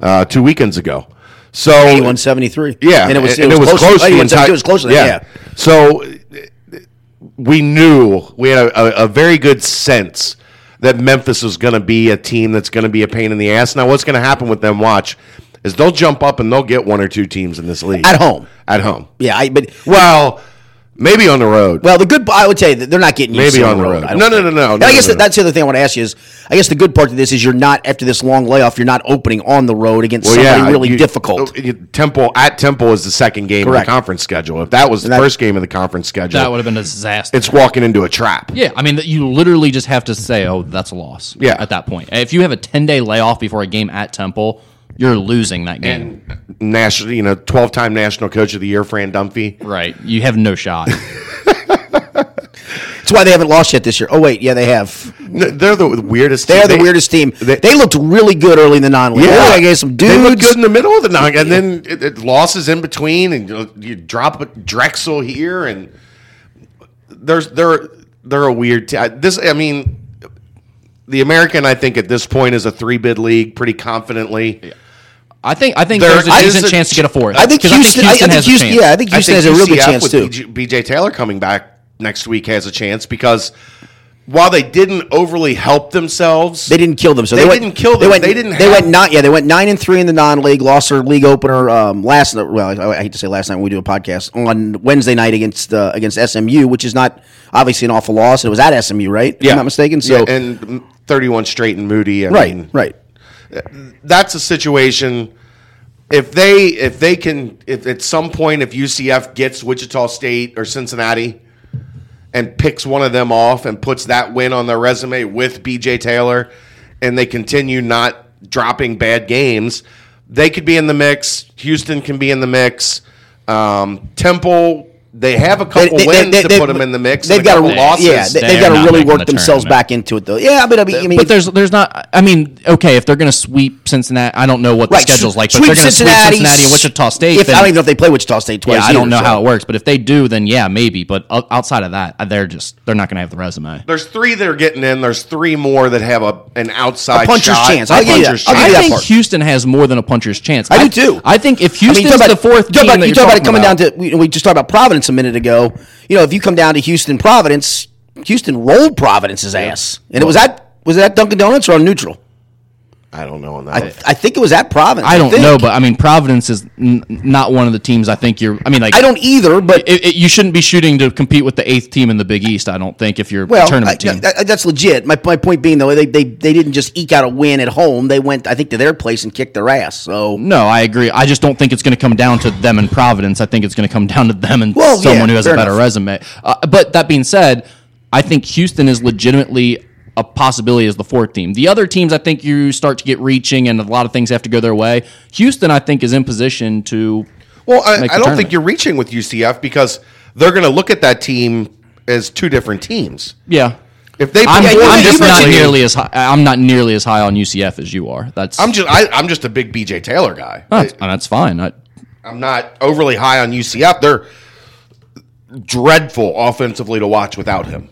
Speaker 3: uh, two weekends ago. So
Speaker 2: 81-73.
Speaker 3: yeah,
Speaker 2: and it was it, was, close.
Speaker 3: close.
Speaker 2: to-
Speaker 3: the
Speaker 2: 81-73,
Speaker 3: entire-
Speaker 2: it was close. To that, yeah.
Speaker 3: So uh, we knew we had a, a, a very good sense that Memphis was going to be a team that's going to be a pain in the ass. Now, what's going to happen with them? Watch, is they'll jump up and they'll get one or two teams in this league
Speaker 2: at home.
Speaker 3: At home.
Speaker 2: Yeah, I, but
Speaker 3: Well, maybe on the road.
Speaker 2: well, the good I would say that they're not getting used
Speaker 3: Maybe
Speaker 2: to
Speaker 3: on the road.
Speaker 2: I don't
Speaker 3: No, no,
Speaker 2: think.
Speaker 3: no, no,
Speaker 2: And I
Speaker 3: no,
Speaker 2: guess
Speaker 3: no,
Speaker 2: that- that's the other thing I want to ask you is I guess the good part of this is you're not after this long layoff you're not opening on the road against somebody really
Speaker 3: you-
Speaker 2: difficult.
Speaker 3: uh, you- Temple at Temple is the second game
Speaker 2: Correct.
Speaker 3: of the conference schedule. If that was the
Speaker 2: that-
Speaker 3: first game of the conference schedule,
Speaker 4: That would have been a disaster.
Speaker 3: it's walking into a trap.
Speaker 4: yeah, I mean, that you literally just have to say, "Oh, that's a loss."
Speaker 3: Yeah.
Speaker 4: at that point, if you have a ten day layoff before a game at Temple, you're losing that game.
Speaker 3: National, you know, twelve-time national coach of the year, Fran Dumphy.
Speaker 4: right, you have no shot.
Speaker 2: That's why they haven't lost yet this year. Oh wait, yeah, they have.
Speaker 3: N- They're the weirdest.
Speaker 2: They're
Speaker 3: team.
Speaker 2: the weirdest team. They, looked really good early in the non-league. Yeah, I gave some dudes.
Speaker 3: They look good in the middle of the night, and then it, it losses in between, and you, you drop Drexel here, and there's they're they're a weird. T- I- this, I mean, the American, I think at this point is a three bid league, pretty confidently.
Speaker 4: I think I think
Speaker 3: There
Speaker 4: there's a
Speaker 3: is
Speaker 4: decent
Speaker 3: a-
Speaker 4: chance to get a fourth.
Speaker 2: I think
Speaker 4: 'Cause
Speaker 2: Houston. I I think
Speaker 4: has a
Speaker 2: Houston.
Speaker 4: chance.
Speaker 2: Yeah, I think Houston has a real good
Speaker 3: UCF
Speaker 2: chance
Speaker 3: with E
Speaker 2: too.
Speaker 3: BJ BJ Taylor coming back next week has a chance because while they didn't overly help themselves,
Speaker 2: They didn't kill them. So
Speaker 3: They
Speaker 2: they, went,
Speaker 3: didn't kill them.
Speaker 2: They went.
Speaker 3: They didn't
Speaker 2: They
Speaker 3: have-
Speaker 2: went nine. Yeah, they went nine and three in the non-league. Lost their league opener um, last. night- Well, I, I hate to say last night when we do a podcast on Wednesday night against uh, against SMU, which is not obviously an awful loss. It was at SMU, right? If I'm not mistaken. So
Speaker 3: Yeah, and thirty-one straight and Moody. I
Speaker 2: right,
Speaker 3: mean,
Speaker 2: right.
Speaker 3: that's a situation. If they if they can if at some point if UCF gets Wichita State or Cincinnati and picks one of them off and puts that win on their resume with BJ Taylor and they continue not dropping bad games, they could be in the mix. Houston can be in the mix. Um, Temple they have a couple wins to put them in the mix. and
Speaker 2: They've got
Speaker 3: couple
Speaker 2: to
Speaker 3: losses.
Speaker 2: Yeah, they,
Speaker 5: They're
Speaker 2: have got
Speaker 5: not
Speaker 2: to really
Speaker 5: making
Speaker 2: work
Speaker 5: the
Speaker 2: themselves
Speaker 5: tournament.
Speaker 2: back into it, though. Yeah, but I mean, I mean
Speaker 4: But there's there's not. I mean, okay, if they're going to sweep Cincinnati, I don't know what the
Speaker 2: right,
Speaker 4: schedule's
Speaker 2: sweep-
Speaker 4: like. But
Speaker 2: sweep
Speaker 4: if they're going to sweep Cincinnati and
Speaker 2: s-
Speaker 4: Wichita
Speaker 2: If,
Speaker 4: State.
Speaker 2: I
Speaker 4: then-
Speaker 2: don't even know if they play Wichita State twice.
Speaker 4: yeah, I don't know
Speaker 2: either, so.
Speaker 4: how it works, but if they do, then yeah, maybe. But o- outside of that, uh, they're just they're not going to have the resume.
Speaker 3: There's three that are getting in. There's three more that have a an outside
Speaker 2: A puncher's
Speaker 3: shot.
Speaker 2: chance.
Speaker 3: A
Speaker 2: I'll give you
Speaker 3: puncher's
Speaker 2: that. I'll give you
Speaker 3: chance.
Speaker 4: I
Speaker 2: that
Speaker 4: think
Speaker 2: part.
Speaker 4: Houston has more than a puncher's chance.
Speaker 2: I do too.
Speaker 4: I think
Speaker 2: I
Speaker 4: if
Speaker 2: mean,
Speaker 4: Houston's
Speaker 2: you talk
Speaker 4: the
Speaker 2: about-
Speaker 4: fourth
Speaker 2: you talk
Speaker 4: team,
Speaker 2: about,
Speaker 4: that
Speaker 2: you
Speaker 4: you're
Speaker 2: talk about it
Speaker 4: talking
Speaker 2: coming
Speaker 4: about,
Speaker 2: down to we- we just talked about Providence a minute ago. You know, if you come down to Houston, Providence, Houston rolled Providence's ass, and it was at was it at Dunkin' Donuts or on neutral?
Speaker 3: I don't know on that.
Speaker 2: I, I think it was at Providence.
Speaker 4: I don't
Speaker 2: think.
Speaker 4: know, but I mean, Providence is n- not one of the teams I think you're. I mean, like
Speaker 2: I don't either. But
Speaker 4: It, it, you shouldn't be shooting to compete with the eighth team in the Big East. I don't think if you're
Speaker 2: well,
Speaker 4: a tournament
Speaker 2: I-
Speaker 4: team.
Speaker 2: I- I- that's legit. My, my point being though, they, they they didn't just eke out a win at home. They went, I think, to their place and kicked their ass. So
Speaker 4: no, I agree. I just don't think it's going to come down to them and Providence. I think it's going to come down to them and
Speaker 2: Well, yeah,
Speaker 4: someone who has a
Speaker 2: fair
Speaker 4: better
Speaker 2: enough.
Speaker 4: resume. Uh, but that being said, I think Houston is legitimately a possibility as the fourth team. The other teams, I think you start to get reaching, and a lot of things have to go their way. Houston, I think, is in position to.
Speaker 3: well, I, I don't
Speaker 4: make the
Speaker 3: think
Speaker 4: tournament.
Speaker 3: you're reaching with UCF because they're going to look at that team as two different teams.
Speaker 4: Yeah.
Speaker 3: If they,
Speaker 4: I'm,
Speaker 3: perform
Speaker 2: you-
Speaker 4: I'm
Speaker 2: you
Speaker 4: just not
Speaker 3: differently-
Speaker 4: nearly as high. I'm not nearly as high on UCF as you are. That's
Speaker 3: I'm just I, I'm just a big BJ Taylor guy.
Speaker 4: that's, that's fine. I,
Speaker 3: I'm not overly high on UCF. They're dreadful offensively to watch without him.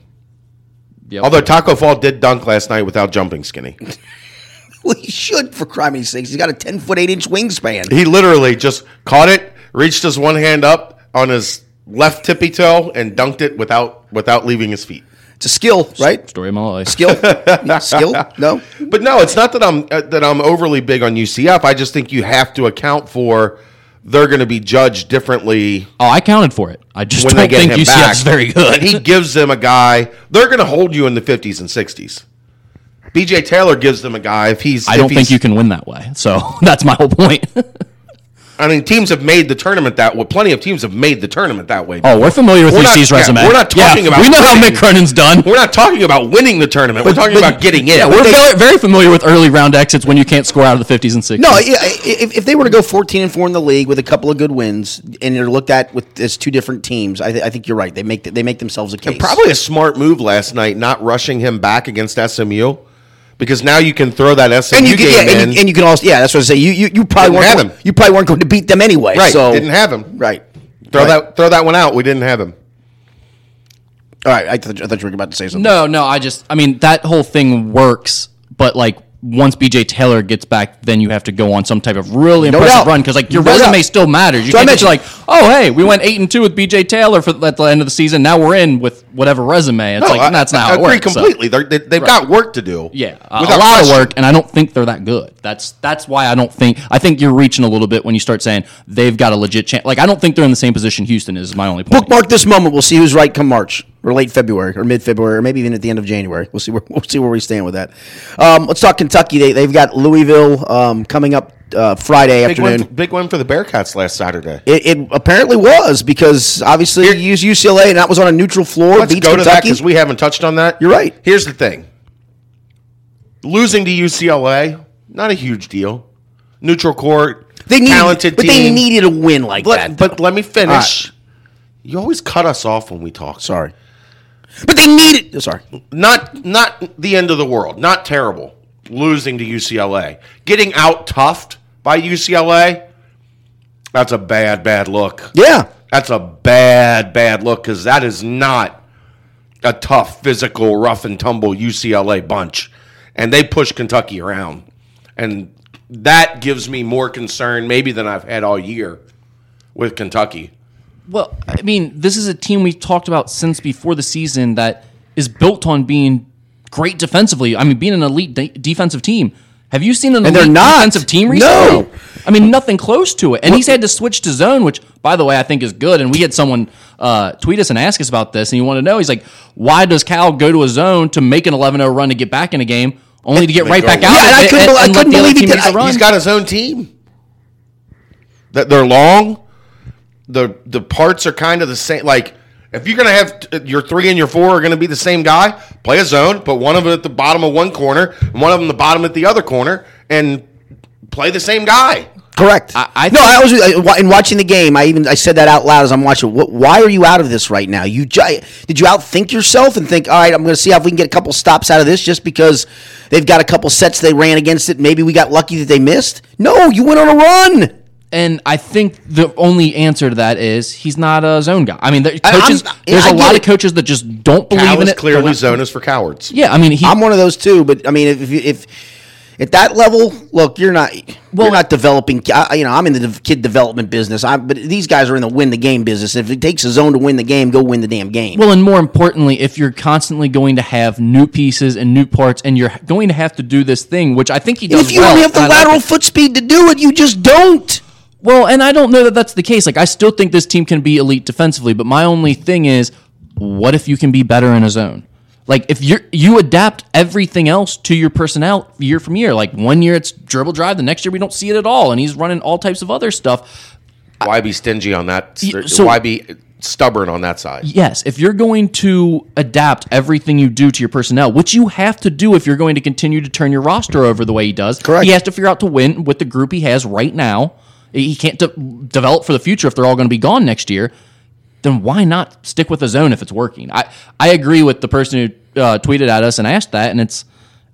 Speaker 4: Yep.
Speaker 3: Although Taco Fall did dunk last night without jumping skinny.
Speaker 2: well, he should for criminy sakes. He's got a ten foot eight inch wingspan.
Speaker 3: He literally just caught it, reached his one hand up on his left tippy toe, and dunked it without without leaving his feet.
Speaker 2: It's a skill, right?
Speaker 4: story of my life.
Speaker 2: Skill, skill. No,
Speaker 3: But no, it's not that I'm uh, that I'm overly big on UCF. I just think you have to account for they're going to be judged differently
Speaker 4: Oh, I counted for it. I just
Speaker 3: when they
Speaker 4: don't
Speaker 3: get
Speaker 4: think
Speaker 3: him back.
Speaker 4: UCF is very good.
Speaker 3: And he gives them a guy. They're going to hold you in the fifties and sixties. BJ Taylor gives them a guy if he's.
Speaker 4: I
Speaker 3: if
Speaker 4: don't
Speaker 3: he's-
Speaker 4: think you can win that way. So that's my whole point.
Speaker 3: I mean, teams have made the tournament that way. Plenty of teams have made the tournament that way.
Speaker 4: Oh, we're familiar with
Speaker 3: We're not-
Speaker 4: UC's
Speaker 3: yeah,
Speaker 4: resume.
Speaker 3: we're not talking about
Speaker 4: We know how
Speaker 3: winning.
Speaker 4: Mick Cronin's done.
Speaker 3: We're not talking about winning the tournament. We're talking
Speaker 4: but-
Speaker 3: about getting in.
Speaker 4: Yeah, we're very, very familiar with early round exits when you can't score out of the 50s and 60s.
Speaker 2: No, yeah, i- if, if they were to go 14 and 4 in the league with a couple of good wins and they're looked at with as two different teams, I, th- I think you're right. They make th- they make themselves a case.
Speaker 3: Probably a smart move last night, not rushing him back against SMU, because now you can throw that SMU
Speaker 2: And you,
Speaker 3: game
Speaker 2: can, yeah,
Speaker 3: in.
Speaker 2: and you, and you can also yeah, that's what I say. You you, you probably
Speaker 3: Didn't
Speaker 2: weren't
Speaker 3: have
Speaker 2: going,
Speaker 3: him.
Speaker 2: you probably weren't going to beat them anyway.
Speaker 3: right,
Speaker 2: so
Speaker 3: didn't have him.
Speaker 2: right.
Speaker 3: Throw
Speaker 2: Right.
Speaker 3: that throw that one out. We didn't have him.
Speaker 2: All right, I, th- I thought you were about to say something.
Speaker 4: No, no, I just, I mean, that whole thing works, but like, once BJ Taylor gets back, then you have to go on some type of really
Speaker 2: No
Speaker 4: impressive
Speaker 2: doubt.
Speaker 4: run because like your
Speaker 2: No
Speaker 4: resume
Speaker 2: doubt.
Speaker 4: still matters. You
Speaker 2: So I
Speaker 4: can't just be like,
Speaker 2: mentioned-
Speaker 4: oh hey, we went eight and two with BJ Taylor for at the end of the season. Now we're in with whatever resume. It's
Speaker 3: No,
Speaker 4: like
Speaker 3: I-
Speaker 4: that's not
Speaker 3: I
Speaker 4: how it
Speaker 3: agree
Speaker 4: works. so-
Speaker 3: completely. They're- They, they've got work to do.
Speaker 4: Yeah, a, a
Speaker 3: Without
Speaker 4: lot of
Speaker 3: question.
Speaker 4: work, and I don't think they're that good. That's that's why I don't think I think you're reaching a little bit when you start saying they've got a legit chance. Like I don't think they're in the same position Houston is. is My only point.
Speaker 2: Bookmark this moment. We'll see who's right come March or late February or mid February or maybe even at the end of January. We'll see where we'll see where we stand with that. Um, let's talk Kentucky. They they've got Louisville um, coming up uh, Friday
Speaker 3: Big
Speaker 2: afternoon.
Speaker 3: one, big one for the Bearcats last Saturday.
Speaker 2: It, it apparently was because obviously you used UCLA and that was on a neutral floor.
Speaker 3: Let's
Speaker 2: beats
Speaker 3: go to that
Speaker 2: Kentucky.
Speaker 3: because we haven't touched on that.
Speaker 2: You're right.
Speaker 3: Here's the thing: losing to UCLA, not a huge deal. Neutral court,
Speaker 2: they needed,
Speaker 3: talented
Speaker 2: but
Speaker 3: team.
Speaker 2: they needed a win like that.
Speaker 3: Let- but let me finish. You always cut us off when we talk.
Speaker 2: sorry, but they needed. Sorry,
Speaker 3: Not not the end of the world. Not terrible. Losing to UCLA, getting out toughed by UCLA. That's a bad bad look.
Speaker 2: yeah,
Speaker 3: That's a bad bad look because that is not a tough, physical, rough and tumble UCLA bunch, and they push Kentucky around, and that gives me more concern maybe than I've had all year with Kentucky.
Speaker 4: Well, I mean, this is a team we've talked about since before the season that is built on being great defensively. I mean, being an elite de- defensive team. Have you seen an
Speaker 2: And they're
Speaker 4: elite
Speaker 2: not.
Speaker 4: defensive team recently?
Speaker 2: No.
Speaker 4: I mean, nothing close to it. And he's had to switch to zone, which, by the way, I think is good. And we had someone uh, tweet us and ask us about this, and you want to know, he's like, why does Cal go to a zone to make an 11-0 run to get back in a game, only to get right
Speaker 3: go
Speaker 4: back
Speaker 3: away.
Speaker 4: out?
Speaker 2: Yeah, and I couldn't bel- I
Speaker 4: let
Speaker 2: couldn't
Speaker 4: the other
Speaker 2: believe he
Speaker 4: team
Speaker 2: did-
Speaker 4: make the
Speaker 2: I-
Speaker 4: run?
Speaker 3: He's got his own team. That they're long. The the parts are kind of the same. Like if you're gonna have t- your three and your four are gonna be the same guy, play a zone. Put one of them at the bottom of one corner, and one of them the bottom at the other corner, and play the same guy.
Speaker 2: Correct. I,
Speaker 4: I
Speaker 2: no,
Speaker 4: think-
Speaker 2: I was I, wa- in watching the game. I even I said that out loud as I'm watching. What, why are you out of this right now? You gi- did you outthink yourself and think, all right, I'm going to see if we can get a couple stops out of this just because they've got a couple sets they ran against it. Maybe we got lucky that they missed. No, you went on a run.
Speaker 4: And I think the only answer to that is he's not a zone guy. I mean, there,
Speaker 2: I- I'm-
Speaker 4: coaches,
Speaker 2: yeah,
Speaker 4: there's
Speaker 2: I
Speaker 4: a
Speaker 2: get
Speaker 4: lot
Speaker 2: it.
Speaker 4: of coaches that just don't believe
Speaker 3: Cal
Speaker 4: in
Speaker 3: is
Speaker 4: it.
Speaker 3: clearly
Speaker 4: They're not-
Speaker 3: zone is for cowards.
Speaker 4: Yeah, I mean, he,
Speaker 2: I'm one of those too. But I mean, if if, you- if at that level, look, you're not you're not developing. I, you know, I'm in the de- kid development business. I, but these guys are in the win the game business. If it takes a zone to win the game, go win the damn game.
Speaker 4: well, and more importantly, if you're constantly going to have new pieces and new parts, and you're going to have to do this thing, which I think he does.
Speaker 2: if you
Speaker 4: well,
Speaker 2: only have the
Speaker 4: and I like
Speaker 2: lateral
Speaker 4: it.
Speaker 2: foot speed to do it, you just don't.
Speaker 4: Well, and I don't know that that's the case. Like, I still think this team can be elite defensively, but my only thing is, what if you can be better in a zone? Like, if you you adapt everything else to your personnel year from year. Like one year it's dribble drive, the next year we don't see it at all, and he's running all types of other stuff.
Speaker 3: Why be stingy on that?
Speaker 4: Y- so-
Speaker 3: Why be stubborn on that side?
Speaker 4: Yes, if you're going to adapt everything you do to your personnel, which you have to do if you're going to continue to turn your roster over the way he does,
Speaker 2: Correct.
Speaker 4: He has to figure out to win with the group he has right now. He can't de- develop for the future if they're all going to be gone next year. Then why not stick with the zone if it's working? I I agree with the person who uh, tweeted at us and asked that, and it's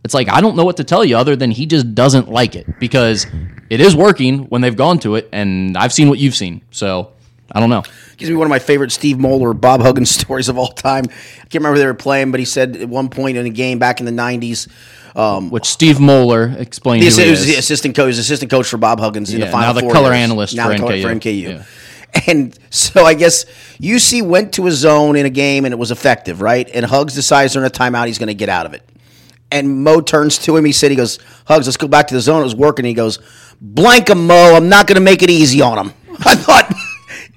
Speaker 4: it's like I don't know what to tell you other than he just doesn't like it because it is working when they've gone to it, and I've seen what you've seen, so I don't know.
Speaker 2: Gives me one of my favorite Steve Moeller, Bob Huggins stories of all time. I can't remember they were playing, but he said at one point in a game back in the '90s, um,
Speaker 4: Which Steve Moeller explained.
Speaker 2: he
Speaker 4: who he
Speaker 2: was
Speaker 4: is.
Speaker 2: the assistant coach, he was assistant coach for Bob Huggins in
Speaker 4: Yeah,
Speaker 2: the final.
Speaker 4: now the
Speaker 2: four
Speaker 4: color
Speaker 2: years.
Speaker 4: analyst
Speaker 2: now
Speaker 4: for
Speaker 2: the color for
Speaker 4: NKU.
Speaker 2: NKU. And so I guess UC went to a zone in a game and it was effective, right? And Hugs decides during a timeout he's going to get out of it. And Mo turns to him. He said, "He goes, Hugs, let's go back to the zone. It was working." He goes, "Blank him, Mo. I'm not going to make it easy on him." I thought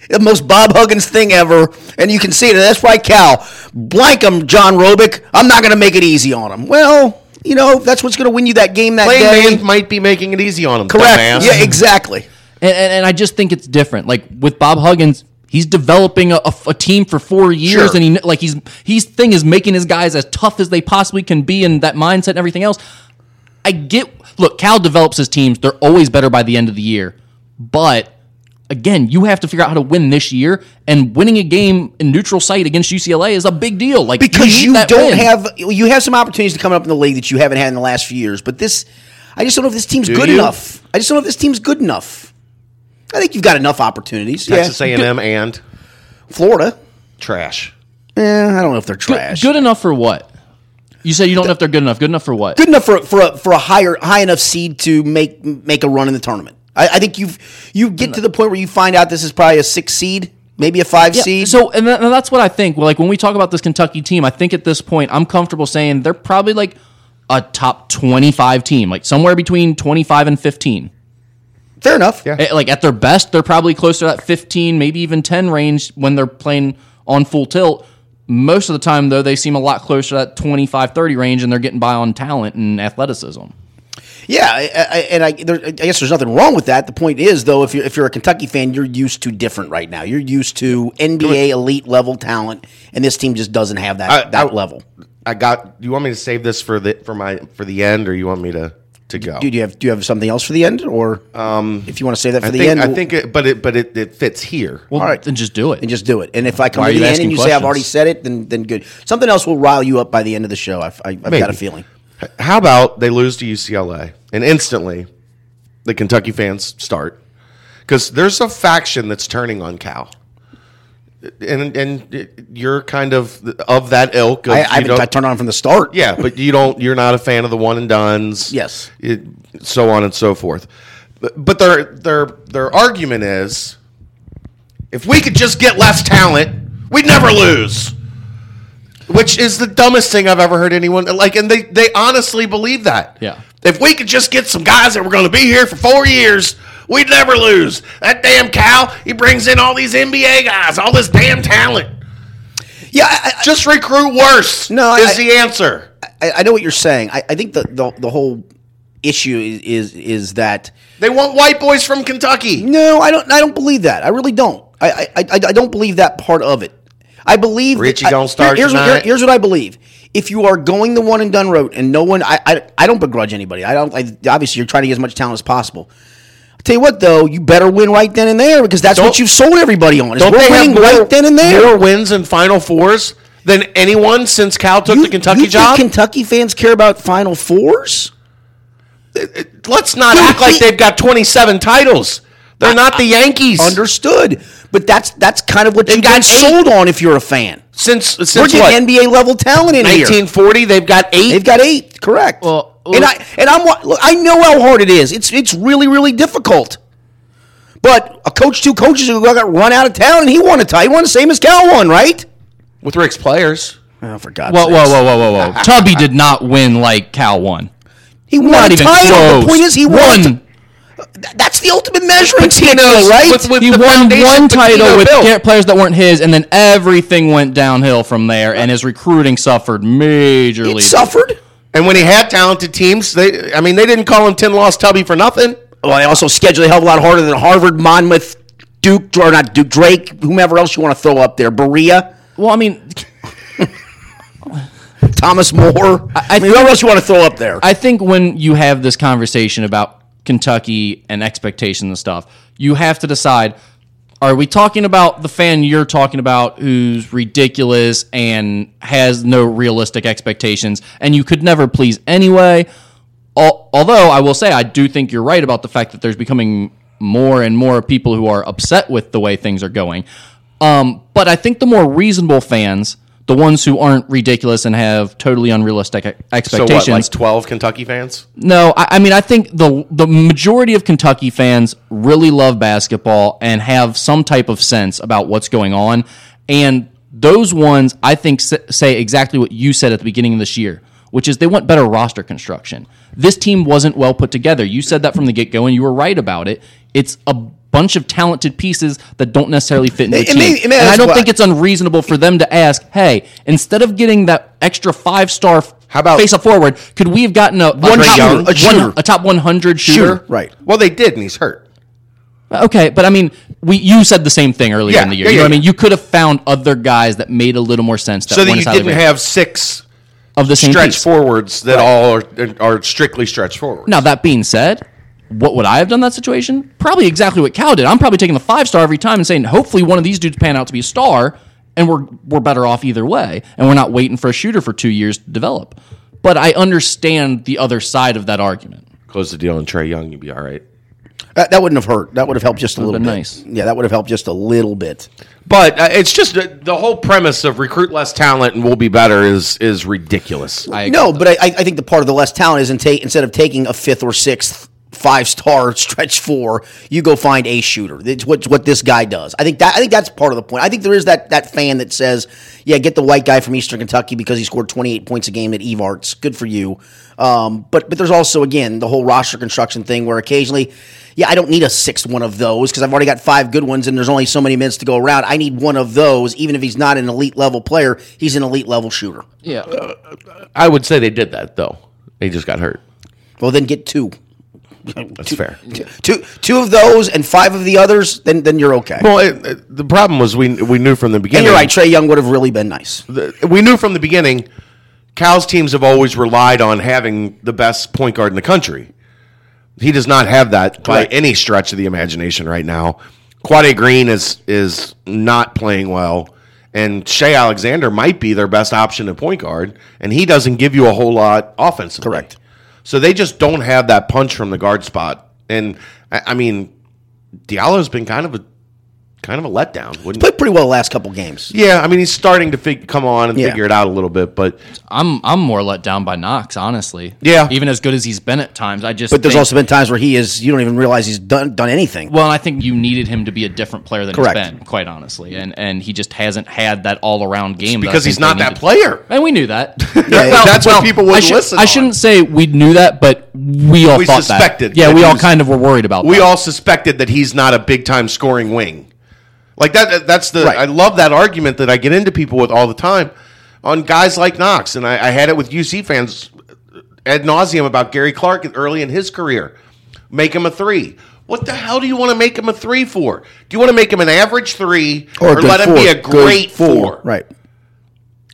Speaker 2: the most Bob Huggins thing ever, and you can see it. That's right, Cal. Blank him, John Robick. I'm not going to make it easy on him. Well, you know that's what's going to win you that game that day.
Speaker 3: Playing man might be making it easy on him.
Speaker 2: Correct.
Speaker 3: dumbass.
Speaker 2: Yeah, exactly.
Speaker 4: and, and, and I just think it's different. Like with Bob Huggins, he's developing a, a f- a team for four years,
Speaker 3: Sure.
Speaker 4: and he kn- like he's he's thing is making his guys as tough as they possibly can be, and that mindset and everything else. I get. Look, Cal develops his teams; they're always better by the end of the year. But again, you have to figure out how to win this year, and winning a game in neutral site against UCLA is a big deal. Like
Speaker 2: Because
Speaker 4: need
Speaker 2: you,
Speaker 4: that
Speaker 2: don't
Speaker 4: win.
Speaker 2: have you have some opportunities to come up in the league that you haven't had in the last few years. But this, I just don't know if this team's
Speaker 3: Do
Speaker 2: good
Speaker 3: you?
Speaker 2: enough. I just don't know if this team's good enough. I think you've got enough opportunities.
Speaker 3: Texas
Speaker 2: yeah,
Speaker 3: A&M and
Speaker 2: Florida.
Speaker 3: trash.
Speaker 2: Eh, I don't know if they're trash.
Speaker 4: good enough for what? You said you don't know if they're good enough. Good enough for what?
Speaker 2: good enough for for a, for a higher high enough seed to make make a run in the tournament. I, I think you've you get to the point where you find out this is probably a six seed, maybe a five
Speaker 4: Yeah,
Speaker 2: seed.
Speaker 4: So, and, that, and that's what I think. Well, Like when we talk about this Kentucky team, I think at this point I'm comfortable saying they're probably like a top 25 team, like somewhere between 25 and 15.
Speaker 2: fair enough.
Speaker 3: Yeah.
Speaker 4: Eh, Like at their best, they're probably closer to that 15, maybe even 10 range when they're playing on full tilt. Most of the time, though, they seem a lot closer to that 25, 30 range, and they're getting by on talent and athleticism.
Speaker 2: Yeah, I, I, and I, there, I guess there's nothing wrong with that. The point is, though, if you're if you're a Kentucky fan, you're used to different right now. You're used to NBA elite level talent, and this team just doesn't have that
Speaker 3: I-
Speaker 2: that
Speaker 3: I-
Speaker 2: level.
Speaker 3: I got. Do you want me to save this for the for my for the end, or you want me to to go?
Speaker 2: Do you have do you have something else for the end, or um, if you want to save that for
Speaker 3: I
Speaker 2: the
Speaker 3: think
Speaker 2: end,
Speaker 3: I
Speaker 2: we'll-
Speaker 3: think it, but it but it, it fits here.
Speaker 4: Well,
Speaker 2: All right.
Speaker 4: then just do it.
Speaker 2: and just do it. And if I come to
Speaker 4: Why are
Speaker 2: the
Speaker 4: you
Speaker 2: end
Speaker 4: asking
Speaker 2: and you say I've
Speaker 4: questions?
Speaker 2: already said it, then then good. Something else will rile you up by the end of the show. I've, I, I've got
Speaker 3: Maybe.
Speaker 2: a feeling.
Speaker 3: How about they lose to UCLA and instantly the Kentucky fans start because there's a faction that's turning on Cal. and and you're kind of of that ilk. Of,
Speaker 2: I, I,
Speaker 3: you
Speaker 2: haven't-
Speaker 3: don't-
Speaker 2: I turned on from the start.
Speaker 3: yeah, but you don't. You're not a fan of the one and duns.
Speaker 2: Yes.
Speaker 3: it, so on and so forth. But, but their their their argument is, if we could just get less talent, we'd never lose. Which is the dumbest thing I've ever heard anyone like, and they they honestly believe that.
Speaker 4: Yeah.
Speaker 3: If we could just get some guys that were going to be here for four years, we'd never lose. That damn cow, he brings in all these NBA guys, all this damn talent.
Speaker 2: yeah. I, I-
Speaker 3: Just recruit worse.
Speaker 2: No, I-
Speaker 3: is the answer.
Speaker 2: I, I know what you're saying. I, I think the, the the whole issue is is, is that
Speaker 3: They want white boys from Kentucky.
Speaker 2: no, I don't. I don't believe that. I really don't. I I, I, I don't believe that part of it. I believe that-
Speaker 3: Richie
Speaker 2: I-
Speaker 3: gonna start
Speaker 2: here's, what- here-
Speaker 3: tonight.
Speaker 2: here's what I believe. If you are going the one and done route, and no one, I I, I don't begrudge anybody. I don't. I, obviously, you're trying to get as much talent as possible. I tell you what, though, you better win right then and there because that's what
Speaker 3: Don't-
Speaker 2: you've sold everybody on. Is we're winning right then and there.
Speaker 3: more wins and Final Fours than anyone since Cal took
Speaker 2: You-
Speaker 3: the Kentucky
Speaker 2: you think
Speaker 3: job?
Speaker 2: Kentucky fans care about Final Fours.
Speaker 3: Let's not
Speaker 2: Dude,
Speaker 3: act like
Speaker 2: he-
Speaker 3: they've got 27 titles. They're not the Yankees.
Speaker 2: Understood. But that's that's kind of what you
Speaker 3: got
Speaker 2: got sold on if you're a fan.
Speaker 3: since since
Speaker 2: We're
Speaker 3: what?
Speaker 2: getting NBA level talent in here.
Speaker 3: 1940, they've got eight.
Speaker 2: They've got eight, correct?
Speaker 4: Well,
Speaker 2: and I and I'm wa- look, I know how hard it is. It's it's really really difficult. But a coach, two coaches who got run out of town, and he won a tie. He won the same as Cal won, right?
Speaker 3: with Rick's players.
Speaker 2: Oh, for God's
Speaker 4: Whoa,
Speaker 2: sakes.
Speaker 4: whoa, whoa, whoa, whoa, whoa! Tubby did not win like Cal won.
Speaker 2: He won
Speaker 4: Not
Speaker 2: a
Speaker 4: even
Speaker 2: title.
Speaker 4: close.
Speaker 2: The point is, he won.
Speaker 4: One.
Speaker 2: Th- That's the ultimate measuring stick,
Speaker 3: knows
Speaker 2: though, right?
Speaker 3: with- with-
Speaker 4: he
Speaker 3: the
Speaker 4: won
Speaker 3: foundation
Speaker 4: one
Speaker 3: that Patino
Speaker 4: title with
Speaker 3: built.
Speaker 4: Garrett players that weren't his, and then everything went downhill from there. And his recruiting suffered majorly.
Speaker 2: it suffered.
Speaker 3: And when he had talented teams, they I mean they didn't call him 10 loss tubby for nothing.
Speaker 2: Well, they also schedule a hell of a lot harder than Harvard, Monmouth, Duke, or not Duke, Drake, whomever else you want to throw up there. Berea,
Speaker 4: well, I mean,
Speaker 2: Thomas More, I, mean, whoever else you want to throw up there.
Speaker 4: I think when you have this conversation about Kentucky and expectations and stuff, you have to decide are we talking about the fan you're talking about who's ridiculous and has no realistic expectations and you could never please anyway? Al- Although I will say, I do think you're right about the fact that there's becoming more and more people who are upset with the way things are going. Um, but I think the more reasonable fans, the ones who aren't ridiculous and have totally unrealistic e-
Speaker 3: So
Speaker 4: expectations,
Speaker 3: what, like 12 Kentucky fans?
Speaker 4: no, I, I mean I think the the majority of Kentucky fans really love basketball and have some type of sense about what's going on, and those ones I think s- say exactly what you said at the beginning of this year, which is they want better roster construction. This team wasn't well put together. You said that from the get go, and you were right about it. It's a bunch of talented pieces that don't necessarily fit into the
Speaker 2: It
Speaker 4: team,
Speaker 2: may- it may-
Speaker 4: and I
Speaker 2: that's
Speaker 4: don't
Speaker 2: what-
Speaker 4: think it's unreasonable for them to ask, "Hey, instead of getting that extra five star."
Speaker 3: How about-
Speaker 4: face a forward? Could we have gotten a,
Speaker 2: One
Speaker 4: top,
Speaker 2: shooter, a
Speaker 4: one-
Speaker 2: shooter.
Speaker 4: a top 100 shooter.
Speaker 2: Shooter, right.
Speaker 3: Well, they did and he's hurt.
Speaker 4: Okay, but I mean, we you said the same thing earlier
Speaker 3: Yeah,
Speaker 4: in the year.
Speaker 3: yeah,
Speaker 4: you know
Speaker 3: yeah,
Speaker 4: what I mean?
Speaker 3: yeah.
Speaker 4: You could have found other guys that made a little more sense. That
Speaker 3: So that
Speaker 4: weren't
Speaker 3: you
Speaker 4: highly
Speaker 3: didn't
Speaker 4: rated
Speaker 3: have six
Speaker 4: of the same
Speaker 3: stretch
Speaker 4: piece.
Speaker 3: forwards that all are, are strictly stretch forwards.
Speaker 4: Now that being said, what would I have done in that situation? Probably exactly what Cal did. I'm probably taking the five star every time and saying, hopefully one of these dudes pan out to be a star, and we're we're better off either way, and we're not waiting for a shooter for two years to develop. But I understand the other side of that argument.
Speaker 3: Close the deal on Trey Young, you'd be all right.
Speaker 2: that, that wouldn't have hurt. That would have helped just a little
Speaker 4: been
Speaker 2: bit.
Speaker 4: nice.
Speaker 2: Yeah, that would have helped just a little bit.
Speaker 3: But uh, it's just uh, the whole premise of recruit less talent and we'll be better is is ridiculous.
Speaker 4: I
Speaker 2: No, but I, I I think the part of the less talent is in ta- instead of taking a fifth or sixth five star stretch four, you go find a shooter. It's what, what this guy does. I think that I think that's part of the point. I think there is that that fan that says, "Yeah, get the white guy from Eastern Kentucky because he scored 28 points a game at Evarts. Good for you." Um, but but there's also again the whole roster construction thing where occasionally, yeah, I don't need a sixth one of those because I've already got five good ones and there's only so many minutes to go around. I need one of those, even if he's not an elite level player, he's an elite level shooter.
Speaker 4: yeah.
Speaker 3: I would say they did that though. They just got hurt.
Speaker 2: Well, then get two.
Speaker 3: That's fair.
Speaker 2: two two of those and five of the others, then then you're okay.
Speaker 3: Well, it, it- the problem was we we knew from the
Speaker 2: and
Speaker 3: beginning.
Speaker 2: you're right. Trey Young would have really been nice.
Speaker 3: the- we knew from the beginning Cal's teams have always relied on having the best point guard in the country. He does not have that by
Speaker 2: Correct.
Speaker 3: any stretch of the imagination right now. Quade Green is is not playing well, and Shea Alexander might be their best option at point guard, and he doesn't give you a whole lot offensively.
Speaker 2: Correct.
Speaker 3: So they just don't have that punch from the guard spot. And I, I mean, Diallo's been kind of a kind of a letdown, wouldn't it?
Speaker 2: Played pretty well the last couple games.
Speaker 3: Yeah, I mean he's starting to fig- come on and
Speaker 2: Yeah.
Speaker 3: figure it out a little bit, but
Speaker 4: I'm I'm more let down by Knox, honestly.
Speaker 3: Yeah.
Speaker 4: Even as good as he's been at times, I just
Speaker 2: But there's
Speaker 4: think-
Speaker 2: also been times where he is you don't even realize he's done done anything.
Speaker 4: well, I think you needed him to be a different player than
Speaker 2: Correct.
Speaker 4: he's been, quite honestly, and and he just hasn't had that all around game that I
Speaker 3: because
Speaker 4: think
Speaker 3: he's not
Speaker 4: they
Speaker 3: that
Speaker 4: needed.
Speaker 3: player.
Speaker 4: And we knew that.
Speaker 2: Yeah,
Speaker 3: Well,
Speaker 2: yeah.
Speaker 3: that's what people would
Speaker 4: I, should,
Speaker 3: listen.
Speaker 4: I
Speaker 3: on.
Speaker 4: shouldn't say we knew that, but we all
Speaker 3: We
Speaker 4: thought
Speaker 3: suspected
Speaker 4: that. Yeah,
Speaker 3: that
Speaker 4: we
Speaker 3: he
Speaker 4: all
Speaker 3: was-
Speaker 4: kind of were worried about.
Speaker 3: We
Speaker 4: that.
Speaker 3: all suspected that he's not a big time scoring wing. Like that. That's the.
Speaker 2: Right.
Speaker 3: I love that argument that I get into people with all the time on guys like Knox, and I, I had it with UC fans ad nauseum about Gary Clark early in his career. Make him a three. What the hell do you want to make him a three for? Do you want to make him an average three,
Speaker 2: a good
Speaker 3: let him be
Speaker 2: four.
Speaker 3: a
Speaker 2: Good
Speaker 3: great four?
Speaker 2: Right.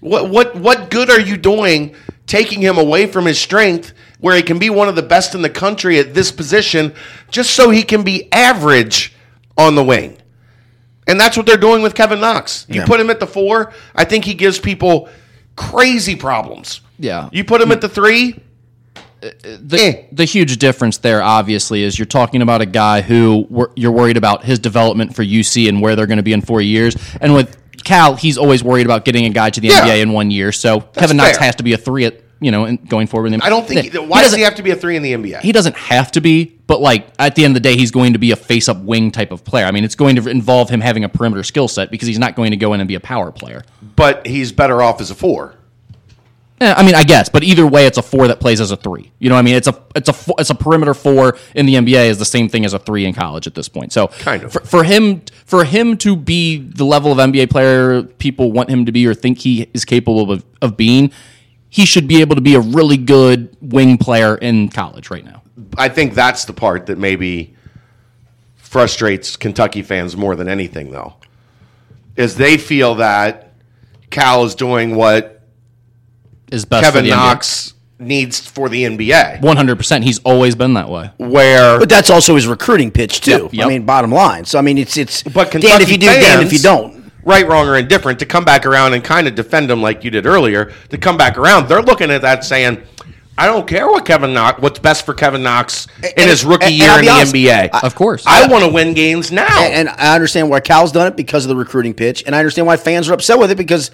Speaker 3: What what what good are you doing taking him away from his strength where he can be one of the best in the country at this position just so he can be average on the wing? And that's what they're doing with Kevin Knox. You
Speaker 2: Yeah.
Speaker 3: put him at the 4, I think he gives people crazy problems.
Speaker 4: Yeah. Uh,
Speaker 3: You put him at the 3,
Speaker 4: the,
Speaker 3: Eh.
Speaker 4: the huge difference there, obviously, is you're talking about a guy who wor- you're worried about his development for UC and where they're going to be in four years. And with Cal, he's always worried about getting a guy to the
Speaker 3: Yeah.
Speaker 4: NBA in one year. So Kevin Knox
Speaker 3: fair.
Speaker 4: has to be a three at you know in, going forward. in the-
Speaker 3: I don't think
Speaker 4: He
Speaker 3: why does
Speaker 4: doesn't-
Speaker 3: he have to be a 3 in the NBA?
Speaker 4: he doesn't have to be, but like at the end of the day, he's going to be a face up wing type of player. I mean, it's going to involve him having a perimeter skill set because he's not going to go in and be a power player.
Speaker 3: but he's better off as a 4.
Speaker 4: Eh, I mean, I guess, but either way, it's a four that plays as a three. You know, what I mean, it's a it's a fo- it's a perimeter four in the NBA is the same thing as a three in college at this point. So
Speaker 3: Kind of.
Speaker 4: for, for him for him to be the level of NBA player people want him to be or think he is capable of, of being, he should be able to be a really good wing player in college right now.
Speaker 3: I think that's the part that maybe frustrates Kentucky fans more than anything, though, is they feel that Cal is doing what
Speaker 4: Is best
Speaker 3: Kevin Knox needs for the NBA,
Speaker 4: One hundred percent. He's always been that way.
Speaker 3: where
Speaker 2: But that's also his recruiting pitch too.
Speaker 4: Yep, yep.
Speaker 2: I mean, bottom line. So I mean, it's it's
Speaker 3: but Kentucky
Speaker 2: damned if you do,
Speaker 3: fans,
Speaker 2: damned if you don't.
Speaker 3: right, wrong, or indifferent, to come back around and kind of defend them like you did earlier, to come back around, they're looking at that saying. I don't care what Kevin Knox, what's best for Kevin Knox in
Speaker 2: And-
Speaker 3: his rookie
Speaker 2: and- and
Speaker 3: year
Speaker 2: I'll
Speaker 3: in
Speaker 2: be
Speaker 3: the
Speaker 2: honest,
Speaker 3: NBA.
Speaker 2: I-
Speaker 4: Of course.
Speaker 3: I want to win games now.
Speaker 2: And, and I understand why Cal's done it because of the recruiting pitch, and I understand why fans are upset with it because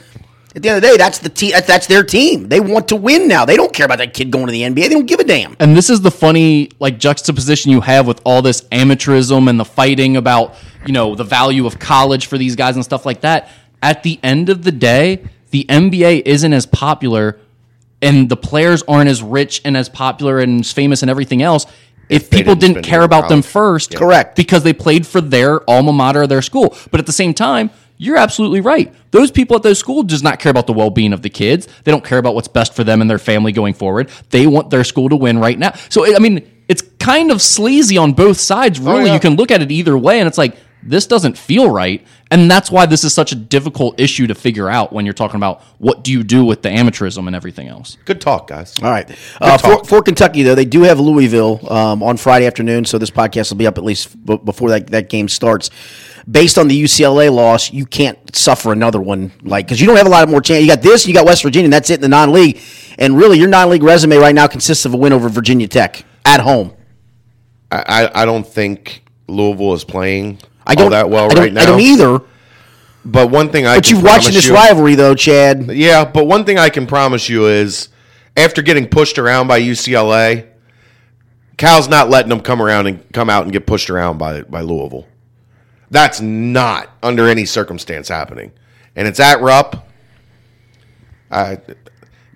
Speaker 2: at the end of the day, that's the team. That's, that's their team. They want to win now. They don't care about that kid going to the NBA. They don't give a damn.
Speaker 4: and this is the funny like juxtaposition you have with all this amateurism and the fighting about you know the value of college for these guys and stuff like that at the end of the day the nba isn't as popular and the players aren't as rich and as popular and as famous and everything else if,
Speaker 3: they
Speaker 4: people
Speaker 3: didn't
Speaker 4: didn't,
Speaker 3: spend
Speaker 4: care
Speaker 3: their
Speaker 4: about them
Speaker 3: college.
Speaker 4: first
Speaker 2: Correct.
Speaker 4: because they played for their alma mater or their school but at the same time you're absolutely right those people at those schools does not care about the well-being of the kids they don't care about what's best for them and their family going forward they want their school to win right now so i I mean it's kind of sleazy on both sides really
Speaker 3: yeah.
Speaker 4: you can look at it either way and it's like this doesn't feel right and that's why this is such a difficult issue to figure out when you're talking about what do you do with the amateurism and everything else
Speaker 3: Good talk, guys.
Speaker 2: All right. Uh, for, for Kentucky, though, they do have Louisville um, on Friday afternoon, so this podcast will be up at least b- before that, that game starts. Based on the UCLA loss, you can't suffer another one, like because you don't have a lot of more chance. You got this, you got West Virginia, and that's it in the non-league. And really, your non-league resume right now consists of a win over Virginia Tech at home.
Speaker 3: I, I- I don't think Louisville is playing
Speaker 2: I don't
Speaker 3: all that well
Speaker 2: I don't,
Speaker 3: right now.
Speaker 2: I don't either.
Speaker 3: But one thing I
Speaker 2: But
Speaker 3: can
Speaker 2: you've watching
Speaker 3: promise
Speaker 2: this
Speaker 3: you-
Speaker 2: rivalry though, Chad.
Speaker 3: Yeah, but one thing I can promise you is after getting pushed around by UCLA, Cal's not letting them come around and come out and get pushed around by by Louisville. That's not under any circumstance happening. And it's at Rupp. I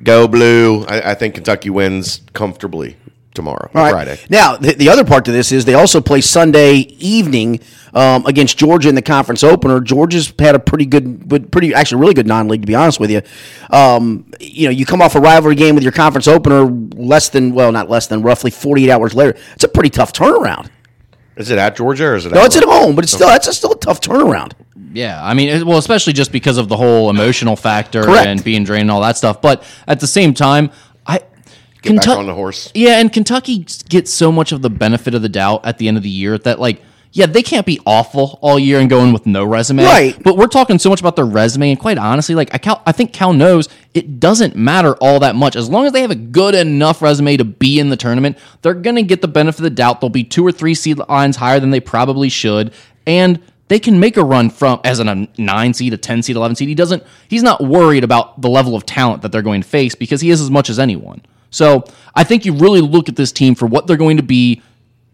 Speaker 3: go blue. I, I think Kentucky wins comfortably tomorrow,
Speaker 2: All right.
Speaker 3: Friday.
Speaker 2: Now, the, the other part to this is they also play Sunday evening um, against Georgia in the conference opener. Georgia's had a pretty good, good- pretty actually really good non-league to be honest with you. Um, you know, you come off a rivalry game with your conference opener less than well, not less than roughly 48 hours later. It's a pretty tough turnaround.
Speaker 3: Is it at Georgia or is it
Speaker 2: No,
Speaker 3: at
Speaker 2: it's at
Speaker 3: Rupp?
Speaker 2: home, but it's still that's a, still a tough turnaround.
Speaker 4: Yeah, I mean, it- well, especially just because of the whole emotional factor
Speaker 2: Correct.
Speaker 4: and being drained and all that stuff. But at the same time, I
Speaker 3: Get back on the horse.
Speaker 4: Yeah, and Kentucky gets so much of the benefit of the doubt at the end of the year that like. Yeah, they can't be awful all year and going with no resume.
Speaker 2: Right.
Speaker 4: But we're talking so much about their resume, and quite honestly, like I, Cal, I think Cal knows it doesn't matter all that much as long as they have a good enough resume to be in the tournament. They're gonna get the benefit of the doubt. They'll be two or three seed lines higher than they probably should, and They can make a run from as an, a nine seed, a ten seed, eleven seed. He doesn't. He's not worried about the level of talent that they're going to face because he is as much as anyone. So I think you really look at this team for what they're going to be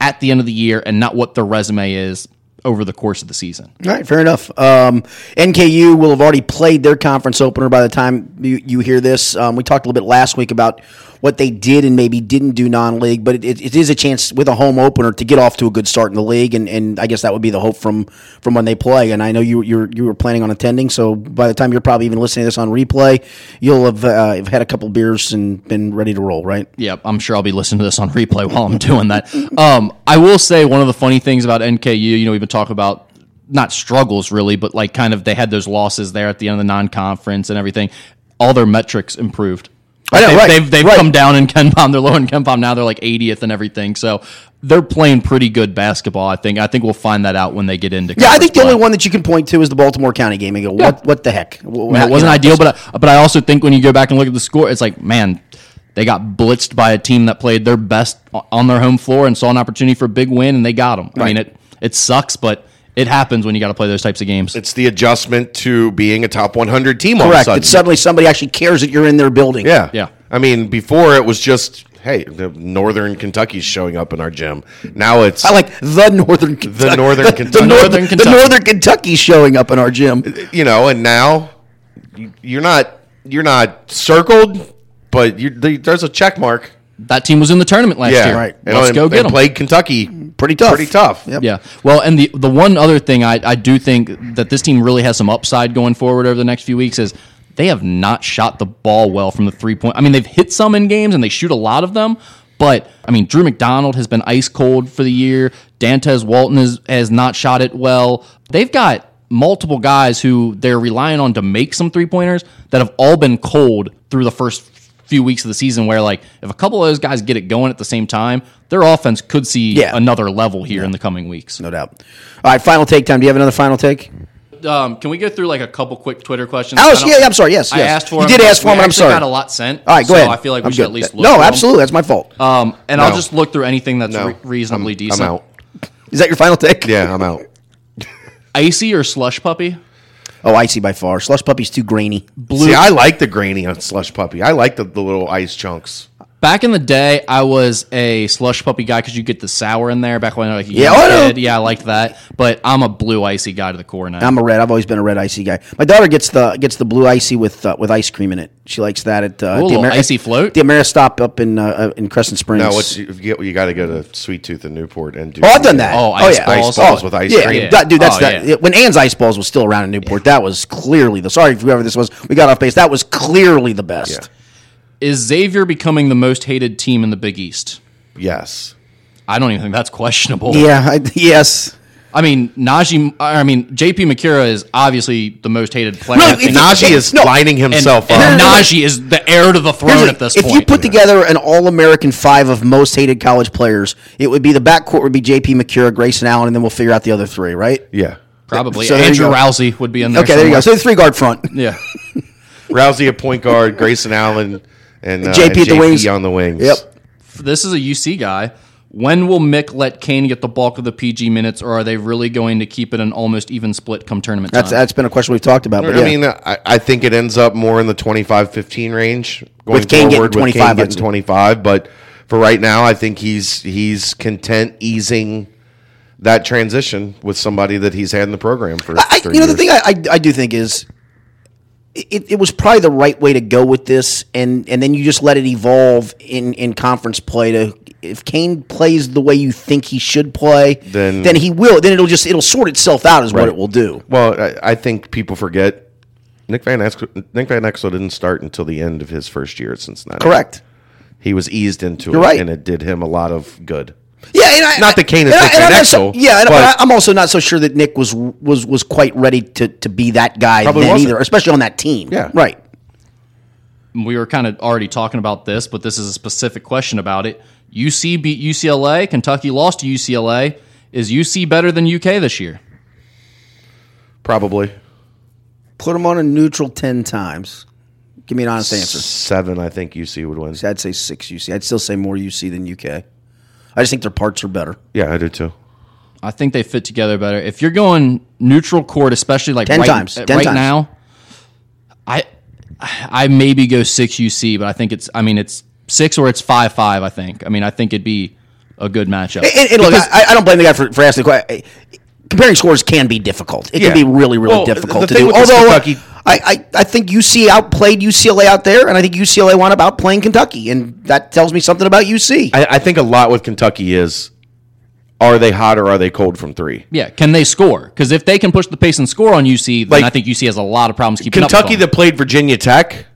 Speaker 4: at the end of the year and not what their resume is over the course of the season.
Speaker 2: All right, fair enough. Um, NKU will have already played their conference opener by the time you, you hear this. Um, we talked a little bit last week about what they did and maybe didn't do non league, but it, it, it is a chance with a home opener to get off to a good start in the league, and, and I guess that would be the hope from from when they play. And I know you you're, you were planning on attending, so by the time you're probably even listening to this on replay, you'll have, uh, have had a couple beers and been ready to roll, right?
Speaker 4: Yeah, I'm sure I'll be listening to this on replay while I'm doing that. Um, I will say one of the funny things about NKU, you know, we've been talking about not struggles really, but like kind of they had those losses there at the end of the non-conference and everything. All their metrics improved.
Speaker 2: I know,
Speaker 4: they've
Speaker 2: Oh, right,
Speaker 4: they've, they've
Speaker 2: right.
Speaker 4: come down in Ken Palm. They're low in Ken Palm now. They're like 80th and everything. So they're playing pretty good basketball. I think. I think we'll find that out when they get into.
Speaker 2: Yeah, I
Speaker 4: conference
Speaker 2: think the
Speaker 4: play.
Speaker 2: only one that you can point to is the Baltimore County game and go, what what the heck? Wh-
Speaker 4: Man,
Speaker 2: how-
Speaker 4: it
Speaker 2: you
Speaker 4: wasn't
Speaker 2: know,
Speaker 4: ideal, but I, but I also think when you go back and look at the score, it's like man, they got blitzed by a team that played their best o- on their home floor and saw an opportunity for a big win, and they got them. I mean, it it sucks, but it happens when you got to play those types of games.
Speaker 3: It's the adjustment to being a top 100 team all
Speaker 2: Correct.
Speaker 3: of a
Speaker 2: It's
Speaker 3: sudden.
Speaker 2: suddenly somebody actually cares that you're in their building.
Speaker 3: yeah.
Speaker 4: Yeah.
Speaker 3: I mean, before it was just, hey, the Northern Kentucky's showing up in our gym. Now it's
Speaker 2: I like the Northern Kentucky.
Speaker 3: Northern
Speaker 2: the,
Speaker 3: Kentucky.
Speaker 2: Northern,
Speaker 4: Northern
Speaker 2: The
Speaker 4: Kentucky.
Speaker 2: Northern Kentucky showing up in our gym.
Speaker 3: you know, and now you- you're not you're not circled, but you there- there's a check mark.
Speaker 4: That team was in the tournament last year.
Speaker 3: And,
Speaker 4: Let's
Speaker 3: and-
Speaker 4: go get
Speaker 3: and
Speaker 4: them.
Speaker 3: Played Kentucky
Speaker 2: Pretty tough.
Speaker 3: Pretty tough.
Speaker 2: Yep.
Speaker 4: Yeah. Well, and the the one other thing I, I do think that this team really has some upside going forward over the next few weeks is they have not shot the ball well from the three point. I mean, they've hit some in games and they shoot a lot of them, but I mean, Drew McDonald has been ice cold for the year. Dantes Walton has, has not shot it well. They've got multiple guys who they're relying on to make some three pointers that have all been cold through the first few weeks of the season where like if a couple of those guys get it going at the same time their offense could see
Speaker 2: Yeah.
Speaker 4: another level here in the coming weeks
Speaker 2: No doubt. All right, final take time. Do you have another final take?
Speaker 4: um, can we go through like a couple quick twitter questions
Speaker 2: Oh,
Speaker 4: I don't-
Speaker 2: yeah, yeah, I'm sorry. Yes,
Speaker 4: i
Speaker 2: yes.
Speaker 4: asked for
Speaker 2: You
Speaker 4: them,
Speaker 2: did
Speaker 4: but
Speaker 2: ask for
Speaker 4: we
Speaker 2: them, I'm
Speaker 4: actually
Speaker 2: sorry.
Speaker 4: got a lot sent
Speaker 2: All right, go
Speaker 4: so
Speaker 2: ahead.
Speaker 4: i feel like we
Speaker 2: I'm
Speaker 4: should
Speaker 2: good.
Speaker 4: at least look
Speaker 2: No,
Speaker 4: through 'em.
Speaker 2: absolutely. That's my fault.
Speaker 4: um, and i'll
Speaker 3: No.
Speaker 4: just look through anything that's
Speaker 3: No.
Speaker 4: re- reasonably
Speaker 3: I'm-
Speaker 4: decent
Speaker 3: I'm out.
Speaker 2: Is that your final take?
Speaker 3: Yeah, I'm out.
Speaker 4: icy or slush puppy
Speaker 2: Oh, icy by far. Slush puppy's too grainy.
Speaker 4: Blue-
Speaker 3: See, I like the grainy on slush puppy. I like the, the little ice chunks.
Speaker 4: Back in the day, I was a slush puppy guy because you get the sour in there. Back when I was like, a
Speaker 2: Yeah,
Speaker 4: young
Speaker 2: I know.
Speaker 4: kid. yeah, I liked that. But I'm a blue icy guy to the core now.
Speaker 2: I'm a red. I've always been a red icy guy. My daughter gets the gets the blue icy with uh, with ice cream in it. She likes that at uh,
Speaker 4: Ooh, a
Speaker 2: the
Speaker 4: little icy float?
Speaker 2: The Ameristop up in uh, uh, in Crescent Springs.
Speaker 3: No, it's, you, you got to go to Sweet Tooth in Newport and do.
Speaker 2: Oh, I've done that.
Speaker 4: Oh, ice
Speaker 2: yeah.
Speaker 4: balls.
Speaker 2: Oh,
Speaker 3: Balls with ice
Speaker 2: yeah.
Speaker 3: cream.
Speaker 2: Yeah. That- dude, that's
Speaker 4: Oh,
Speaker 2: that.
Speaker 4: yeah.
Speaker 2: When Ann's ice balls was still around in Newport, that was clearly the. Sorry, whoever this was, we got off base. That was clearly the best.
Speaker 3: Yeah.
Speaker 4: Is Xavier becoming the most hated team in the Big East?
Speaker 3: Yes.
Speaker 4: I don't even think that's questionable.
Speaker 2: Yeah. I, yes.
Speaker 4: I mean, Najee, I mean, JP McCura is obviously the most hated player.
Speaker 2: No,
Speaker 4: I
Speaker 2: if
Speaker 4: think.
Speaker 2: you-
Speaker 3: Najee is
Speaker 2: no.
Speaker 3: lining
Speaker 4: and,
Speaker 3: himself
Speaker 4: and
Speaker 2: No,
Speaker 3: up.
Speaker 2: no, no.
Speaker 4: Najee is the heir to the throne
Speaker 2: Here's
Speaker 4: at
Speaker 2: the-
Speaker 4: this
Speaker 2: if
Speaker 4: point.
Speaker 2: you put together an all-American five of most hated college players, it would be the backcourt would be J.P. McCura, Grayson Allen, and then we'll figure out the other three, right?
Speaker 3: Yeah.
Speaker 4: Probably.
Speaker 2: so there you
Speaker 4: Andrew
Speaker 2: go.
Speaker 4: Rousey would be in there.
Speaker 2: okay, there you go. So the three-guard front.
Speaker 4: Yeah.
Speaker 3: Rousey a point guard, Grayson Allen, and uh,
Speaker 2: JP at
Speaker 3: and
Speaker 2: the wings.
Speaker 3: on the wings.
Speaker 2: Yep.
Speaker 4: this is a UC guy. When will Mick let Kane get the bulk of the PG minutes, or are they really going to keep it an almost even split come tournament
Speaker 2: That's
Speaker 4: time?
Speaker 2: that's been a question we've talked about. But yeah.
Speaker 3: I mean, I, I think it ends up more in the 25-15 range going
Speaker 2: With Kane getting
Speaker 3: forward,
Speaker 2: 25, I'd
Speaker 3: With Kane getting
Speaker 2: say.
Speaker 3: 25, but for right now, I think he's he's content easing that transition with somebody that he's had in the program for.
Speaker 2: I, you
Speaker 3: three
Speaker 2: know, the
Speaker 3: years.
Speaker 2: thing I, I, I do think is it, it was probably the right way to go with this, and, and then you just let it evolve in, in conference play. To if Kane plays the way you think he should play,
Speaker 3: Then-
Speaker 2: then he will. Then it'll just it'll sort itself out, is what
Speaker 3: Right.
Speaker 2: it will do.
Speaker 3: Well, I, I think people forget Nick Van Exel, Nick Van Exel didn't start until the end of his first year at Cincinnati.
Speaker 2: Correct.
Speaker 3: He was eased into
Speaker 2: You're
Speaker 3: it,
Speaker 2: right.
Speaker 3: and it did him a lot of good.
Speaker 2: Yeah, and I,
Speaker 3: Not that Kane is
Speaker 2: and I-
Speaker 3: Nick
Speaker 2: and
Speaker 3: Van
Speaker 2: I'm not so-
Speaker 3: Exel,
Speaker 2: Yeah, and
Speaker 3: but-
Speaker 2: I, I'm also not so sure that Nick was was was quite ready to, to be that guy
Speaker 3: Probably
Speaker 2: then
Speaker 3: wasn't.
Speaker 2: either, especially on that team.
Speaker 3: Yeah.
Speaker 2: right.
Speaker 4: we were kind of already talking about this, but this is a specific question about it. UC beat UCLA. Kentucky lost to UCLA. Is UC better than UK this year?
Speaker 3: Probably
Speaker 2: Put him on a neutral ten times. Give me an honest answer.
Speaker 3: seven. I think UC would win.
Speaker 2: I'd say six UC. I'd still say more UC than UK. I just think their parts are better.
Speaker 3: Yeah, I do too.
Speaker 4: I think they fit together better. If you're going neutral court, especially like
Speaker 2: 10
Speaker 4: right,
Speaker 2: times,
Speaker 4: uh,
Speaker 2: 10
Speaker 4: right
Speaker 2: times.
Speaker 4: now, I I maybe go six UC, but I think it's I mean it's six or it's five five. I think. I mean I think it'd be a good matchup.
Speaker 2: And, and look, I, I don't blame the guy for, for asking the question. Comparing scores can be difficult. It
Speaker 3: Yeah.
Speaker 2: can be really, really
Speaker 3: Well,
Speaker 2: difficult
Speaker 3: the
Speaker 2: to
Speaker 3: thing
Speaker 2: do.
Speaker 3: with this
Speaker 2: Although
Speaker 3: Kentucky-
Speaker 2: I, I, I think UC outplayed UCLA out there, and I think UCLA won about playing Kentucky, and that tells me something about UC.
Speaker 3: I, I think a lot with Kentucky is are they hot or are they cold from three?
Speaker 4: yeah, can they score? Because if they can push the pace and score on UC, then
Speaker 3: Like,
Speaker 4: I think UC has a lot of problems keeping up.
Speaker 3: Kentucky
Speaker 4: with them.
Speaker 3: that played Virginia Tech,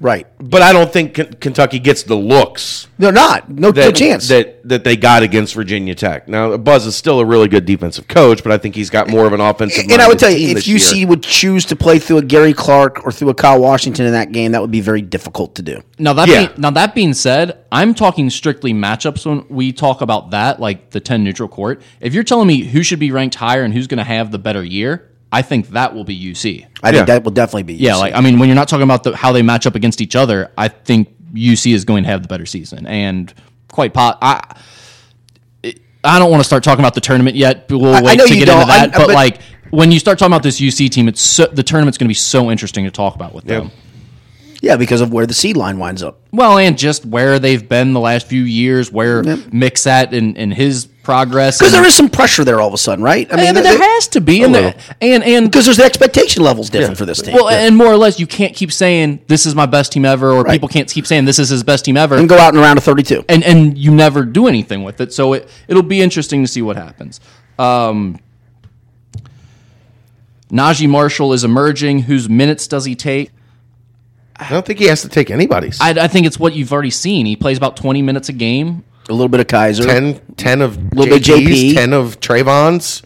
Speaker 2: right?
Speaker 3: but I don't think Ken- Kentucky gets the looks
Speaker 2: They're not. No,
Speaker 3: that
Speaker 2: no chance.
Speaker 3: that that they got against Virginia Tech. Now Buzz is still a really good defensive coach, but I think he's got more of an offensive.
Speaker 2: and I would tell you,
Speaker 3: minded
Speaker 2: if
Speaker 3: team this
Speaker 2: UC
Speaker 3: year.
Speaker 2: would choose to play through a Gary Clark or through a Kyle Washington in that game, that would be very difficult to do.
Speaker 4: Now that
Speaker 3: Yeah.
Speaker 4: being, now that being said, I'm talking strictly matchups when we talk about that, like the ten neutral court. If you're telling me who should be ranked higher and who's going to have the better year, I think that will be UC.
Speaker 2: I think
Speaker 3: Yeah.
Speaker 2: that will definitely be.
Speaker 4: Yeah,
Speaker 2: UC.
Speaker 4: like I mean, when you're not talking about the, how they match up against each other, I think UC is going to have the better season and quite pot. I I don't want to start talking about the tournament yet. But we'll
Speaker 2: I
Speaker 4: wait
Speaker 2: know
Speaker 4: to
Speaker 2: you
Speaker 4: get
Speaker 2: don't.
Speaker 4: into that.
Speaker 2: I-
Speaker 4: but,
Speaker 2: but-
Speaker 4: like when you start talking about this UC team, it's so, the tournament's going to be so interesting to talk about with them.
Speaker 2: yeah, because of where the seed line winds up.
Speaker 4: Well, and just where they've been the last few years, where Mick's at and, and his progress.
Speaker 2: Because
Speaker 4: and-
Speaker 2: there is some pressure there all of a sudden, right? I
Speaker 4: Yeah, but
Speaker 2: they-
Speaker 4: there has to be, and,
Speaker 2: little.
Speaker 4: there- and and
Speaker 2: because there's the expectation levels different for this team.
Speaker 4: well, and more or less, you can't keep saying this is my best team ever, or people can't keep saying this is his best team ever,
Speaker 2: and go out in a round of 32.
Speaker 4: and and you never do anything with it. So it it'll be interesting to see what happens. Um, Najee Marshall is emerging. Whose minutes does he take?
Speaker 3: I don't think he has to take anybody's.
Speaker 4: I, I think it's what you've already seen. He plays about twenty minutes a game.
Speaker 2: A little bit of Kaiser.
Speaker 3: 10, 10 of little
Speaker 2: little bit JP.
Speaker 3: ten of Trayvon's,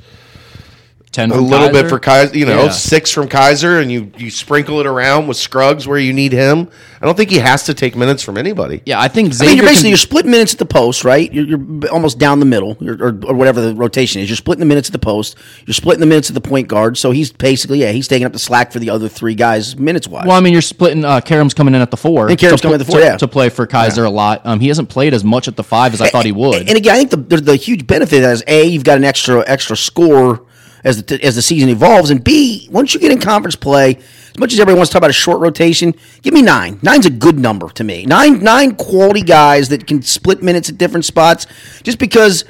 Speaker 4: Ten
Speaker 3: a
Speaker 4: from
Speaker 3: little bit
Speaker 4: Kaiser.
Speaker 3: for Kaiser. You know,
Speaker 4: Yeah.
Speaker 3: six from Kaiser, and you you sprinkle it around with Scruggs where you need him. I don't think he has to take minutes from anybody.
Speaker 4: Yeah, I think
Speaker 2: I
Speaker 4: Xavier.
Speaker 2: mean, you're basically
Speaker 4: can-
Speaker 2: you're split minutes at the post, right? You're, you're b- almost down the middle, you're, or, or whatever the rotation is. You're splitting the minutes at the post. You're splitting the minutes at the point guard. So he's basically, yeah, he's taking up the slack for the other three guys minutes wise.
Speaker 4: Well, I mean, you're splitting. Uh, Karam's coming in at the four.
Speaker 2: And Karam's
Speaker 4: to,
Speaker 2: coming at the four,
Speaker 4: to,
Speaker 2: yeah.
Speaker 4: to play for Kaiser a lot. Um, he hasn't played as much at the five as I thought he would.
Speaker 2: And again, I think the the, the huge benefit of that is a you've got an extra extra score as the as the season evolves, and b once you get in conference play, as much as everyone wants to talk about a short rotation, give me nine. Nine's a good number to me. Nine nine quality guys that can split minutes at different spots, just because.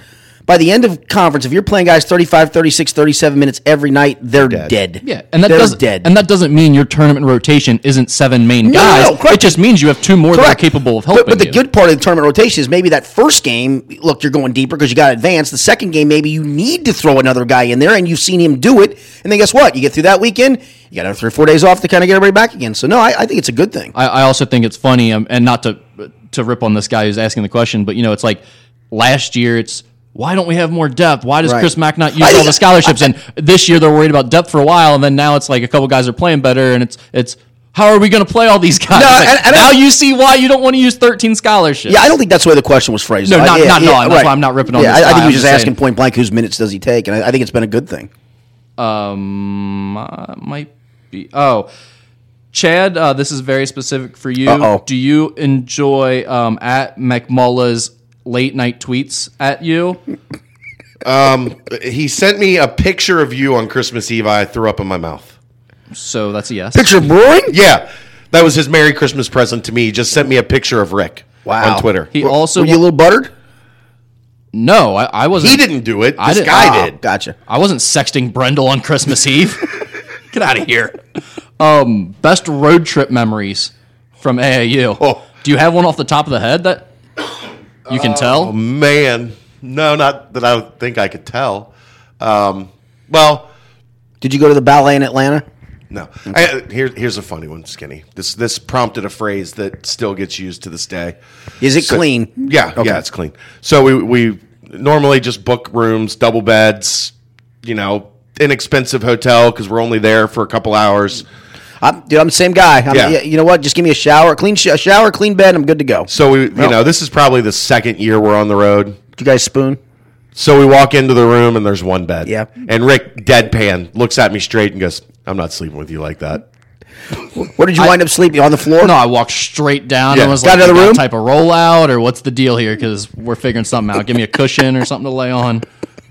Speaker 2: By the end of conference, if you're playing guys 35, 36, 37 minutes every night, they're dead.
Speaker 4: yeah, and that
Speaker 2: They're
Speaker 4: doesn't
Speaker 2: dead.
Speaker 4: and that doesn't mean your tournament rotation isn't seven main
Speaker 2: No, no, no,
Speaker 4: guys.
Speaker 2: correct.
Speaker 4: it just means you have two more that are capable of
Speaker 2: But-
Speaker 4: helping.
Speaker 2: But, the
Speaker 4: you.
Speaker 2: good part of the tournament rotation is maybe that first game, look, you're going deeper because you got advanced. The second game, maybe you need to throw another guy in there, and you've seen him do it. And then guess what? You get through that weekend, you got another three or four days off to kind of get everybody back again. So no, I, I think it's a good thing.
Speaker 4: I, I also think it's funny, um, and not to to rip on this guy who's asking the question, but you know, it's like last year, it's why don't we have more depth? Why does
Speaker 2: Right.
Speaker 4: Chris Mack not use
Speaker 2: I
Speaker 4: all
Speaker 2: think-
Speaker 4: the scholarships? and this year, they're worried about depth for a while, and then now it's like a couple guys are playing better, and it's it's. How are we going to play all these guys?
Speaker 2: No,
Speaker 4: It's like,
Speaker 2: and- and I-
Speaker 4: now you see why you don't want to use 13 scholarships.
Speaker 2: yeah, I don't think that's the way the question was phrased.
Speaker 4: No,
Speaker 2: though.
Speaker 4: not-
Speaker 2: yeah,
Speaker 4: not- no,
Speaker 2: yeah,
Speaker 4: that's why I'm not ripping on
Speaker 2: Yeah, I,
Speaker 4: this
Speaker 2: I
Speaker 4: guy.
Speaker 2: think he
Speaker 4: I'm
Speaker 2: was just
Speaker 4: just
Speaker 2: asking
Speaker 4: saying-
Speaker 2: point blank whose minutes does he take, and I, I think it's been a good thing.
Speaker 4: Um, uh, might be. Oh, Chad, uh, this is very specific for you.
Speaker 2: Uh-oh.
Speaker 4: Do you enjoy um, at McMuller's late night tweets at you?
Speaker 3: He sent me a picture of you on Christmas Eve. I threw up in my mouth.
Speaker 4: So that's a yes.
Speaker 2: Picture of Roaring?
Speaker 3: Yeah, that was his Merry Christmas present to me. He just sent me a picture of Rick
Speaker 2: Wow.
Speaker 3: on Twitter.
Speaker 4: He
Speaker 3: He,
Speaker 4: also
Speaker 2: Were you a little buttered?
Speaker 4: no, I, I wasn't.
Speaker 3: didn't do it. This
Speaker 4: I didn't-
Speaker 3: guy
Speaker 4: ah,
Speaker 3: did.
Speaker 2: Gotcha.
Speaker 4: I wasn't sexting Brendel on Christmas Eve. Get out of here. Um, best road trip memories from AAU.
Speaker 3: Oh.
Speaker 4: Do you have one off the top of the head that you
Speaker 2: Uh,
Speaker 4: can
Speaker 2: oh,
Speaker 4: tell?
Speaker 3: Man, no, not that I think I could tell. Um, well,
Speaker 2: Did you go to the ballet in Atlanta?
Speaker 3: no.
Speaker 4: Mm.
Speaker 3: I, here, here's a funny one, Skinny. This this prompted a phrase that still gets used to this day.
Speaker 2: Is it
Speaker 3: So-
Speaker 2: clean?
Speaker 3: Yeah, yeah, it's clean. So we we normally just book rooms, double beds, you know, inexpensive hotel because we're only there for a couple hours.
Speaker 2: I'm, dude, I'm the same guy. I'm,
Speaker 3: Yeah.
Speaker 2: yeah. You know what? Just give me a shower, clean sh- a shower, clean bed, I'm good to go.
Speaker 3: So we, you know, this is probably the second year we're on the road.
Speaker 2: Did you guys spoon?
Speaker 3: So we walk into the room and there's one bed.
Speaker 2: Yeah.
Speaker 3: And Rick, deadpan, looks at me straight and goes, "I'm not sleeping with you like that."
Speaker 2: Where did you wind up sleeping? On the floor?
Speaker 4: No, I walked straight down
Speaker 3: Yeah.
Speaker 4: and was
Speaker 2: Got
Speaker 4: like,
Speaker 2: another
Speaker 4: "You got
Speaker 2: room?
Speaker 4: type of rollout or what's the deal here? Because we're figuring something out. Give me a cushion or something to lay on.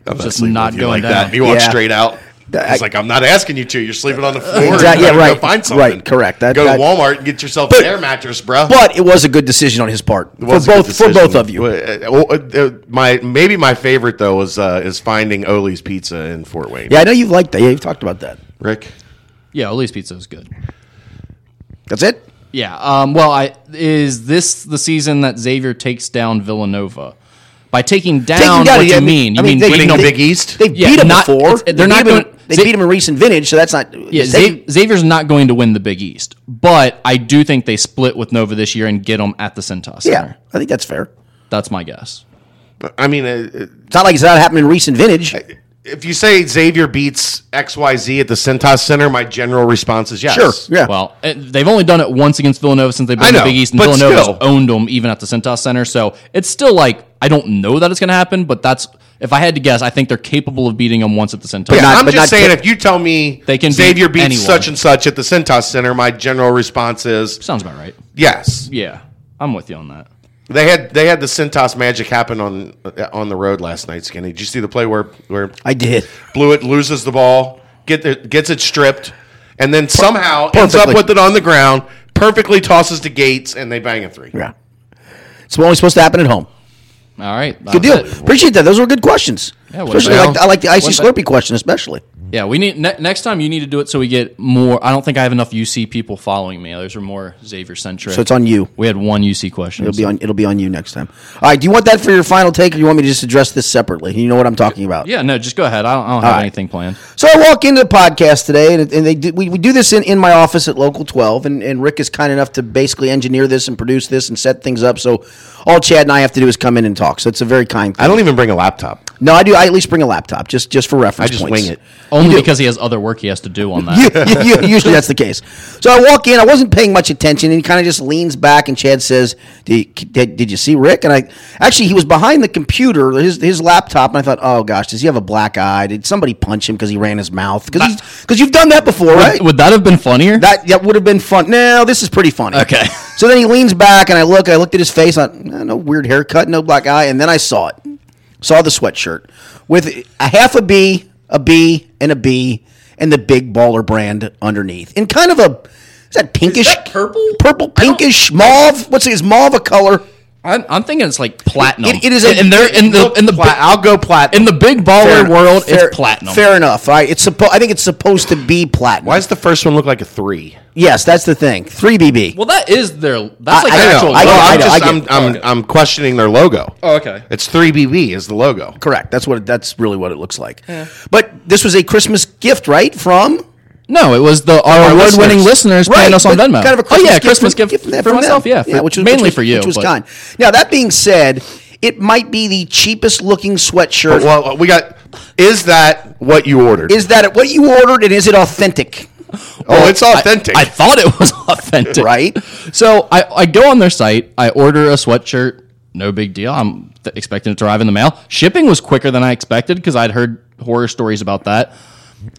Speaker 3: I'm
Speaker 4: just not
Speaker 3: you
Speaker 4: going
Speaker 3: like
Speaker 4: down.
Speaker 3: that. He walked
Speaker 2: Yeah.
Speaker 3: straight out.
Speaker 2: That-
Speaker 3: It's like I'm not asking you to. You're sleeping on the floor.
Speaker 2: Exact-
Speaker 3: You
Speaker 2: yeah,
Speaker 3: gotta
Speaker 2: right.
Speaker 3: Go find something.
Speaker 2: Right, correct. That-
Speaker 3: go to
Speaker 2: that-
Speaker 3: Walmart and get yourself
Speaker 2: But-
Speaker 3: an air mattress, bro.
Speaker 2: But it was a good decision on his part
Speaker 3: It
Speaker 2: for
Speaker 3: was a good
Speaker 2: both for
Speaker 3: decision.
Speaker 2: both of you.
Speaker 3: Well, uh, well, uh, uh, My maybe my favorite though is uh, is finding Ole's Pizza in Fort Wayne.
Speaker 2: Yeah, I know you liked that. Yeah, you've talked about that.
Speaker 3: Rick.
Speaker 4: Yeah, Oli's Pizza is good.
Speaker 2: That's it.
Speaker 4: Yeah. Um, well, I is this the season that Xavier takes down Villanova by taking down?
Speaker 2: down,
Speaker 4: what
Speaker 2: yeah, I
Speaker 4: you
Speaker 2: mean-
Speaker 4: mean?
Speaker 2: I mean,
Speaker 4: You mean
Speaker 2: they-
Speaker 4: beating
Speaker 3: Winning
Speaker 4: up
Speaker 3: the Big East.
Speaker 2: They
Speaker 4: Yeah,
Speaker 2: beat him
Speaker 4: not-
Speaker 2: before.
Speaker 4: it's- they're
Speaker 2: They
Speaker 4: not
Speaker 2: beat 'em-
Speaker 4: going-
Speaker 2: They
Speaker 4: Xav-
Speaker 2: beat him in recent vintage, so that's not.
Speaker 4: Yeah,
Speaker 2: they-
Speaker 4: Xav- Xavier's not going to win the Big East, but I do think they split with Nova this year and get them at the Centos.
Speaker 2: yeah, I think that's fair.
Speaker 4: that's my guess.
Speaker 3: I mean, uh,
Speaker 2: It's not like it's not happening in recent vintage.
Speaker 3: if you say Xavier beats XYZ at the Centos Center, my general response is yes.
Speaker 2: Sure. Yeah.
Speaker 4: Well, eh, they've only done it once against Villanova since they've been
Speaker 3: I
Speaker 4: in the
Speaker 3: know,
Speaker 4: Big East, and
Speaker 3: but
Speaker 4: Villanova's
Speaker 3: still.
Speaker 4: owned them even at the Centos Center. So it's still like I don't know that it's going to happen, but that's if I had to guess, I think they're capable of beating them once at the Centos.
Speaker 3: Yeah,
Speaker 2: not-
Speaker 3: I'm
Speaker 2: but
Speaker 3: just
Speaker 2: not
Speaker 3: saying,
Speaker 2: ki-
Speaker 3: if you tell me
Speaker 4: They can
Speaker 3: Xavier
Speaker 4: beat
Speaker 3: beats
Speaker 4: anyone.
Speaker 3: such and such at the Centos Center, my general response is
Speaker 4: Sounds about right.
Speaker 3: yes.
Speaker 4: Yeah, I'm with you on that.
Speaker 3: They had they had the Centos magic happen on uh, on the road last night. Skinny, did you see the play where where
Speaker 2: I did.
Speaker 3: Blewett loses the ball, get the, gets it stripped, and then somehow ends up
Speaker 2: perfectly.
Speaker 3: with it on the ground, perfectly tosses to Gates, and they bang a three.
Speaker 2: Yeah. It's only supposed to happen at home.
Speaker 4: All right, Uh,
Speaker 2: Good
Speaker 3: Uh,
Speaker 2: deal. Appreciate that. Those were good questions.
Speaker 4: Yeah, what
Speaker 2: especially
Speaker 4: the
Speaker 2: I
Speaker 4: hell?
Speaker 2: like, I like the icy
Speaker 4: What the-
Speaker 2: slurpee question, especially.
Speaker 4: Yeah, we need ne- next time. You need to do it so we get more. I don't think I have enough UC people following me. Those are more Xavier centric.
Speaker 2: So it's on you.
Speaker 4: We had one UC question.
Speaker 2: It'll be on. It'll be on you next time. All right. Do you want that for your final take, or you want me to just address this separately? You know what I'm talking about.
Speaker 4: yeah, no, just go ahead. I don't, I don't have
Speaker 2: right.
Speaker 4: anything planned.
Speaker 2: So I walk into the podcast today, and, and they do, we, we do this in, in my office at Local 12, and, and Rick is kind enough to basically engineer this and produce this and set things up. So all Chad and I have to do is come in and talk. So it's a very kind. Thing.
Speaker 3: I don't even bring a laptop.
Speaker 2: No, I do. I at least bring a laptop just just for reference.
Speaker 3: I just
Speaker 2: points.
Speaker 3: wing it.
Speaker 4: Only because he has other work he has to do on that.
Speaker 2: You- you- you- usually that's the case. So I walk in. I wasn't paying much attention, and he kind of just leans back, and Chad says, did, did, "Did you see Rick?" And I actually he was behind the computer, his his laptop, and I thought, "Oh gosh, does he have a black eye? Did somebody punch him because he ran his mouth?" Because because you've done that before, right?
Speaker 4: Would that have been funnier?
Speaker 2: That that would have been fun. No, this is pretty funny.
Speaker 4: Okay.
Speaker 2: So then he leans back, and I look. I looked at his face. I, "Eh, no weird haircut, no black eye, and then I saw it. Saw the sweatshirt with a half a B, a B, and a B, and the big baller brand underneath, and kind of a is that pinkish
Speaker 4: that purple?
Speaker 2: purple pinkish mauve. What's it? Is mauve a color?
Speaker 4: I'm, I'm thinking it's like platinum.
Speaker 2: It- it is a-
Speaker 4: and they're in the in the
Speaker 3: Pla-
Speaker 4: bi-
Speaker 3: I'll go platinum.
Speaker 4: in the big baller world.
Speaker 2: Fair-
Speaker 4: it's platinum.
Speaker 2: Fair enough. All right. It's supposed. I think it's supposed to be platinum.
Speaker 3: Why does the first one look like a three?
Speaker 2: Yes, that's the thing. Three BB.
Speaker 4: Well, that is their. That's like
Speaker 2: I
Speaker 4: the
Speaker 2: know.
Speaker 4: actual.
Speaker 2: I know.
Speaker 3: Well,
Speaker 2: I
Speaker 3: I'm
Speaker 2: know.
Speaker 3: just
Speaker 2: I
Speaker 3: I'm,
Speaker 2: get-
Speaker 3: I'm, I'm questioning their logo.
Speaker 4: Oh, okay.
Speaker 3: It's three BB is the logo.
Speaker 2: Correct. That's what. It, that's really what it looks like. But this was a Christmas gift, right? From
Speaker 4: No, it was the our award-winning listeners, paying
Speaker 2: Right,
Speaker 4: us on
Speaker 2: but
Speaker 4: Venmo.
Speaker 2: Kind of a Christmas
Speaker 4: oh yeah,
Speaker 2: gift
Speaker 4: Christmas
Speaker 2: from-
Speaker 4: gift,
Speaker 2: from
Speaker 4: for
Speaker 2: them.
Speaker 4: myself. Yeah, for,
Speaker 2: which was which
Speaker 4: mainly
Speaker 2: was-
Speaker 4: for you.
Speaker 2: Which was
Speaker 4: but-
Speaker 2: kind. Now that being said, it might be the cheapest looking sweatshirt.
Speaker 3: Well, we got. Is that what you ordered?
Speaker 2: is that what you ordered, and is it authentic?
Speaker 3: oh, it's authentic.
Speaker 4: I thought it was authentic.
Speaker 2: Right.
Speaker 4: So I, I go on their site, I order a sweatshirt, no big deal. I'm th- expecting it to arrive in the mail. Shipping was quicker than I expected because I'd heard horror stories about that.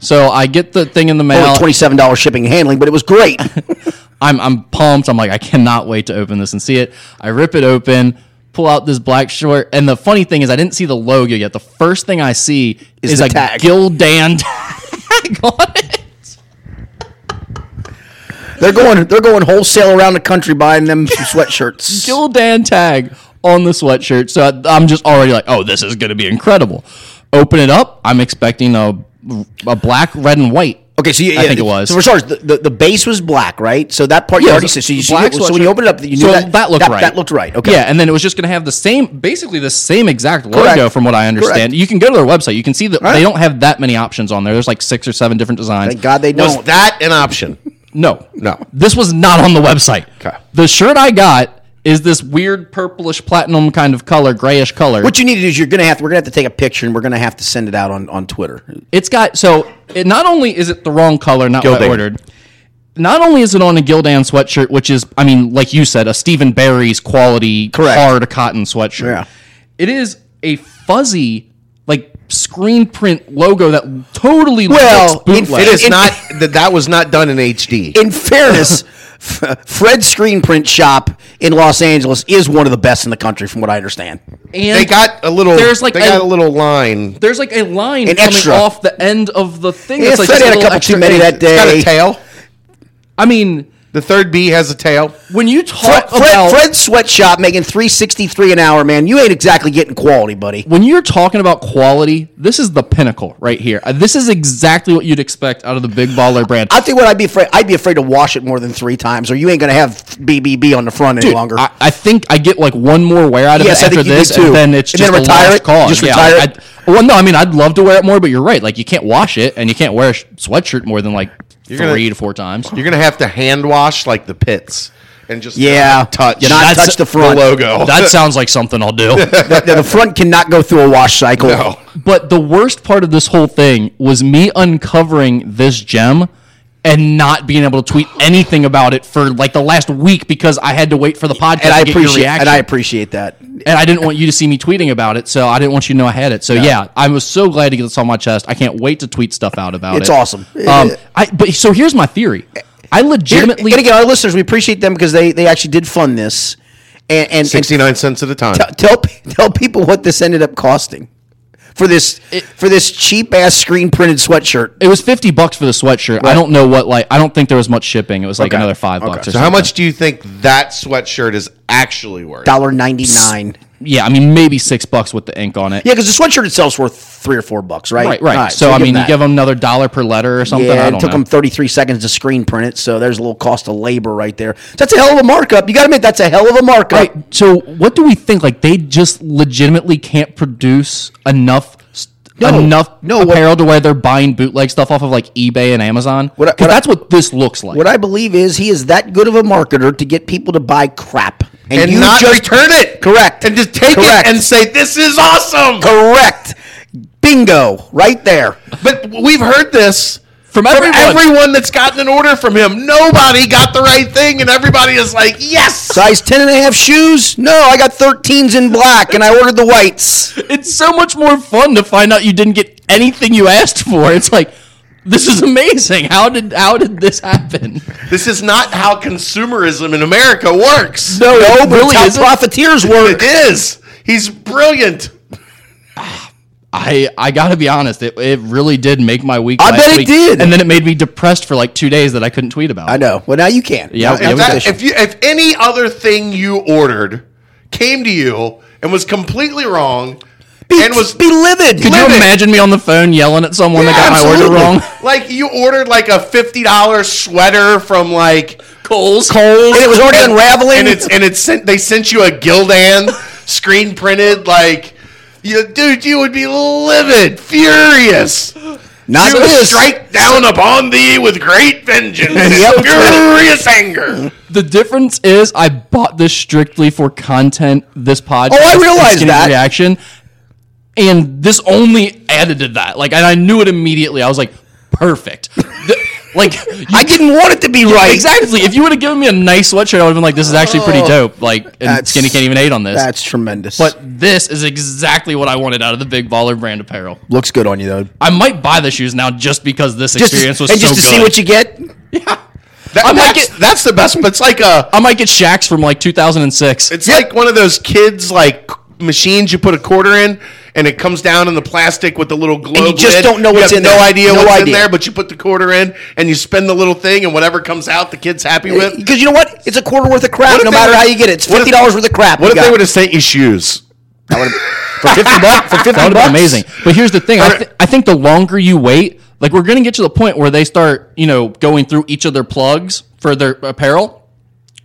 Speaker 4: So I get the thing in the mail.
Speaker 2: Only twenty-seven dollars shipping and handling, but it was great.
Speaker 4: I'm I'm pumped. I'm like, I cannot wait to open this and see it. I rip it open, pull out this black short, and the funny thing is, I didn't see the logo yet. The first thing I see
Speaker 2: Is
Speaker 4: is,
Speaker 2: the
Speaker 4: a
Speaker 2: tag.
Speaker 4: Gildan tag on it.
Speaker 2: they're going. They're going wholesale around the country buying them sweatshirts.
Speaker 4: Gildan tag on the sweatshirt. So I, I'm just already like, oh, this is going to be incredible. Open it up. I'm expecting a a black, red, and white.
Speaker 2: Okay, so you,
Speaker 4: I think it was.
Speaker 2: So for starters, the, the, the base was black, right? So that part you
Speaker 4: Yeah,
Speaker 2: already
Speaker 4: it
Speaker 2: said.
Speaker 4: was
Speaker 2: So, you,
Speaker 4: a
Speaker 2: so,
Speaker 4: black
Speaker 2: you, so when you
Speaker 4: sweatshirt.
Speaker 2: opened it up, you knew
Speaker 4: so
Speaker 2: that,
Speaker 4: that, looked right.
Speaker 2: That looked right. Okay.
Speaker 4: Yeah, and then it was just going to have the same, basically the same exact logo,
Speaker 2: Correct.
Speaker 4: from what I understand.
Speaker 2: Correct.
Speaker 4: You can go to their website. You can see that
Speaker 2: Right.
Speaker 4: they don't have that many options on there. There's like six or seven different designs.
Speaker 2: Thank God they
Speaker 3: was
Speaker 2: don't.
Speaker 3: that an option?
Speaker 4: No,
Speaker 3: No.
Speaker 4: This was not on the website.
Speaker 3: Okay.
Speaker 4: The shirt I got is this weird purplish platinum kind of color, grayish color.
Speaker 2: What you need to do is you're gonna have we're gonna have to take a picture and we're gonna have to send it out on, on Twitter.
Speaker 4: It's got so it not only is it the wrong color, not what I
Speaker 3: Gildan.
Speaker 4: ordered. Not only is it on a Gildan sweatshirt, which is, I mean, like you said, a Stephen Barry's quality
Speaker 2: Correct.
Speaker 4: hard cotton sweatshirt.
Speaker 2: Yeah.
Speaker 4: It is a fuzzy, like screen print logo that totally
Speaker 2: Well,
Speaker 4: looks bootleg.
Speaker 2: Like-
Speaker 3: it is
Speaker 2: It-
Speaker 3: not. That that was not done in HD.
Speaker 2: In fairness, F- Fred's screen print shop in Los Angeles is one of the best in the country, from what I understand.
Speaker 4: and
Speaker 3: They got a little.
Speaker 4: There's like
Speaker 3: they
Speaker 4: a-
Speaker 3: got a little line.
Speaker 4: There's like a line
Speaker 2: An
Speaker 4: coming
Speaker 2: extra.
Speaker 4: off the end of the thing.
Speaker 2: Yeah,
Speaker 4: It's like
Speaker 2: Fred
Speaker 4: just
Speaker 2: had a
Speaker 4: little
Speaker 2: couple too
Speaker 4: extra
Speaker 2: many
Speaker 4: thing.
Speaker 2: that
Speaker 3: It's got
Speaker 2: They-
Speaker 3: a tail.
Speaker 4: I mean,
Speaker 3: The third bee has a tail.
Speaker 4: when you talk
Speaker 2: Fred, Fred,
Speaker 4: about
Speaker 2: Fred Sweatshop making three sixty three an hour, man. You ain't exactly getting quality, buddy.
Speaker 4: when you're talking about quality, this is the pinnacle right here. Uh, This is exactly what you'd expect out of the big baller brand.
Speaker 2: I think what I'd be afraid I'd be afraid to wash it more than three times, or you ain't gonna have BBB on the front any longer.
Speaker 4: I, I think I get like one more wear out of
Speaker 2: Yes,
Speaker 4: it
Speaker 2: I
Speaker 4: after
Speaker 2: think you
Speaker 4: this,
Speaker 2: do too.
Speaker 4: and then it's
Speaker 2: And
Speaker 4: just
Speaker 2: then retire
Speaker 4: a lost
Speaker 2: it?
Speaker 4: cause.
Speaker 2: Just
Speaker 4: Yeah,
Speaker 2: retire
Speaker 4: I-
Speaker 2: it?
Speaker 4: I- well, no, I mean I'd love to wear it more, but you're right. Like you can't wash it, and you can't wear a sh- sweatshirt more than like
Speaker 3: You're gonna-
Speaker 4: three to four times.
Speaker 3: You're gonna have to hand wash like the pits and just
Speaker 2: yeah,
Speaker 3: not touch
Speaker 2: not
Speaker 4: that's-
Speaker 2: touch the front.
Speaker 3: the logo.
Speaker 4: That sounds like something I'll do.
Speaker 2: the, the- the front cannot go through a wash cycle.
Speaker 3: No.
Speaker 4: But the worst part of this whole thing was me uncovering this gem and not being able to tweet anything about it for like the last week because I had to wait for the podcast
Speaker 2: and I
Speaker 4: to get your
Speaker 2: appreciate
Speaker 4: reaction.
Speaker 2: and I appreciate that.
Speaker 4: And I didn't want you to see me tweeting about it, so I didn't want you to know I had it. So yeah, I was so glad to get this on my chest. I can't wait to tweet stuff out about it.
Speaker 2: It's awesome.
Speaker 4: Um, I but so here's my theory. I legitimately
Speaker 2: and again, our listeners, we appreciate them because they, they actually did fund this. And, and, and
Speaker 3: Sixty nine cents at a time.
Speaker 2: t- tell pe- tell people what this ended up costing for this for this cheap ass screen printed sweatshirt.
Speaker 4: it was fifty bucks for the sweatshirt. I don't know what like I don't think there was much shipping. It was like another five bucks. Or
Speaker 3: so how much do you think that sweatshirt is actually worth?
Speaker 2: Dollar ninety nine.
Speaker 4: Yeah, I mean maybe six bucks with the ink on it.
Speaker 2: Yeah, because the sweatshirt itself's worth three or four bucks, right?
Speaker 4: Right, right.
Speaker 2: All
Speaker 4: so, I mean, you
Speaker 2: that.
Speaker 4: give them another dollar per letter or something.
Speaker 2: Yeah,
Speaker 4: I
Speaker 2: it
Speaker 4: don't
Speaker 2: took
Speaker 4: know.
Speaker 2: them 33 seconds to screen print it, so there's a little cost of labor right there. So that's a hell of a markup. You got to admit, that's a hell of a markup.
Speaker 4: Right. So what do we think? Like they just legitimately can't produce enough s-
Speaker 2: No,
Speaker 4: enough
Speaker 2: no, what-
Speaker 4: apparel to where they're buying bootleg stuff off of like eBay and Amazon.
Speaker 2: What I-
Speaker 4: 'Cause
Speaker 2: what I-
Speaker 4: that's what this looks like.
Speaker 2: What I believe is he is that good of a marketer to get people to buy crap
Speaker 3: and
Speaker 2: you
Speaker 3: not
Speaker 2: just-
Speaker 3: return it.
Speaker 2: Correct.
Speaker 3: And just take
Speaker 2: Correct.
Speaker 3: it and say this is awesome.
Speaker 2: correct. Bingo, right there.
Speaker 3: But we've heard this
Speaker 4: From everyone.
Speaker 3: everyone that's gotten an order from him. Nobody got the right thing, and everybody is like, yes.
Speaker 2: Size 10 and a half shoes? No, I got 13s in black and I ordered the whites.
Speaker 4: it's so much more fun to find out you didn't get anything you asked for. It's like this is amazing. How did how did this happen?
Speaker 3: This is not how consumerism in America works.
Speaker 2: No,
Speaker 4: it
Speaker 2: but it's
Speaker 4: really
Speaker 2: how
Speaker 4: isn't.
Speaker 2: profiteers work.
Speaker 3: It is. He's brilliant.
Speaker 4: I I gotta be honest. It, it really did make my week.
Speaker 2: I
Speaker 4: last
Speaker 2: bet it
Speaker 4: week,
Speaker 2: did.
Speaker 4: And then it made me depressed for like two days that I couldn't tweet about.
Speaker 2: I
Speaker 4: it.
Speaker 2: know. Well, now you can.
Speaker 4: Yeah,
Speaker 2: Now-
Speaker 4: yeah,
Speaker 3: If,
Speaker 4: we
Speaker 3: that-
Speaker 4: got-
Speaker 3: if you, if any other thing you ordered came to you and was completely wrong,
Speaker 2: be,
Speaker 3: and was
Speaker 2: be livid.
Speaker 4: Could you
Speaker 3: Livid.
Speaker 4: imagine me on the phone yelling at someone that got
Speaker 2: absolutely.
Speaker 4: my order wrong?
Speaker 3: like you ordered like a fifty dollar sweater from like
Speaker 4: Coles.
Speaker 3: Kohl's,
Speaker 2: And it was already unraveling?
Speaker 3: and it's and it's sent. They sent you a Gildan screen printed like. You, dude, you would be livid, furious.
Speaker 2: Not
Speaker 3: you
Speaker 2: this.
Speaker 3: strike down upon thee with great vengeance and
Speaker 2: Yep.
Speaker 3: furious anger.
Speaker 4: The difference is I bought this strictly for content, this podcast.
Speaker 2: Oh, I
Speaker 4: and
Speaker 2: realize
Speaker 4: Skinny
Speaker 2: that.
Speaker 4: Reaction. And this only added to that. Like, and I knew it immediately. I was like, perfect. The- like, you-
Speaker 2: I didn't want it to be right.
Speaker 4: Exactly. If you would have given me a nice sweatshirt, I would have been like, this is actually pretty dope. Like, and
Speaker 2: Oh, That's-
Speaker 4: Skinny can't even hate on this.
Speaker 2: That's tremendous.
Speaker 4: but this is exactly what I wanted out of the Big Baller brand apparel.
Speaker 2: looks good on you though.
Speaker 4: I might buy the shoes now just because this
Speaker 2: Just
Speaker 4: experience was
Speaker 2: and
Speaker 4: so
Speaker 2: just to
Speaker 4: good.
Speaker 2: see what you get.
Speaker 3: That-
Speaker 4: I might
Speaker 3: that's,
Speaker 4: get-
Speaker 3: that's the best. It's like a
Speaker 4: I might get Shaq's from like 2006.
Speaker 3: It's like one of those kids like machines you put a quarter in and it comes down in the plastic with the little globe.
Speaker 2: just
Speaker 3: lid.
Speaker 2: don't know what's
Speaker 3: you have
Speaker 2: in
Speaker 3: no
Speaker 2: there.
Speaker 3: idea
Speaker 2: No
Speaker 3: what's in
Speaker 2: idea.
Speaker 3: there, but you put the quarter in and you spin the little thing and whatever comes out the kid's happy with.
Speaker 2: Because you know what? It's a quarter worth of crap.
Speaker 3: if
Speaker 2: No
Speaker 3: they
Speaker 2: Eh, matter
Speaker 3: would-
Speaker 2: how you get it, it's
Speaker 3: what if-
Speaker 2: fifty dollars worth of crap.
Speaker 3: What
Speaker 2: you
Speaker 3: if they
Speaker 2: got.
Speaker 3: would have sent you shoes?
Speaker 2: for fifty bucks? For fifty
Speaker 4: That
Speaker 2: bucks?
Speaker 4: would have been amazing. But here's the thing: I, th- I think the longer you wait, like we're going to get to the point where they start, you know, going through each of their plugs for their apparel.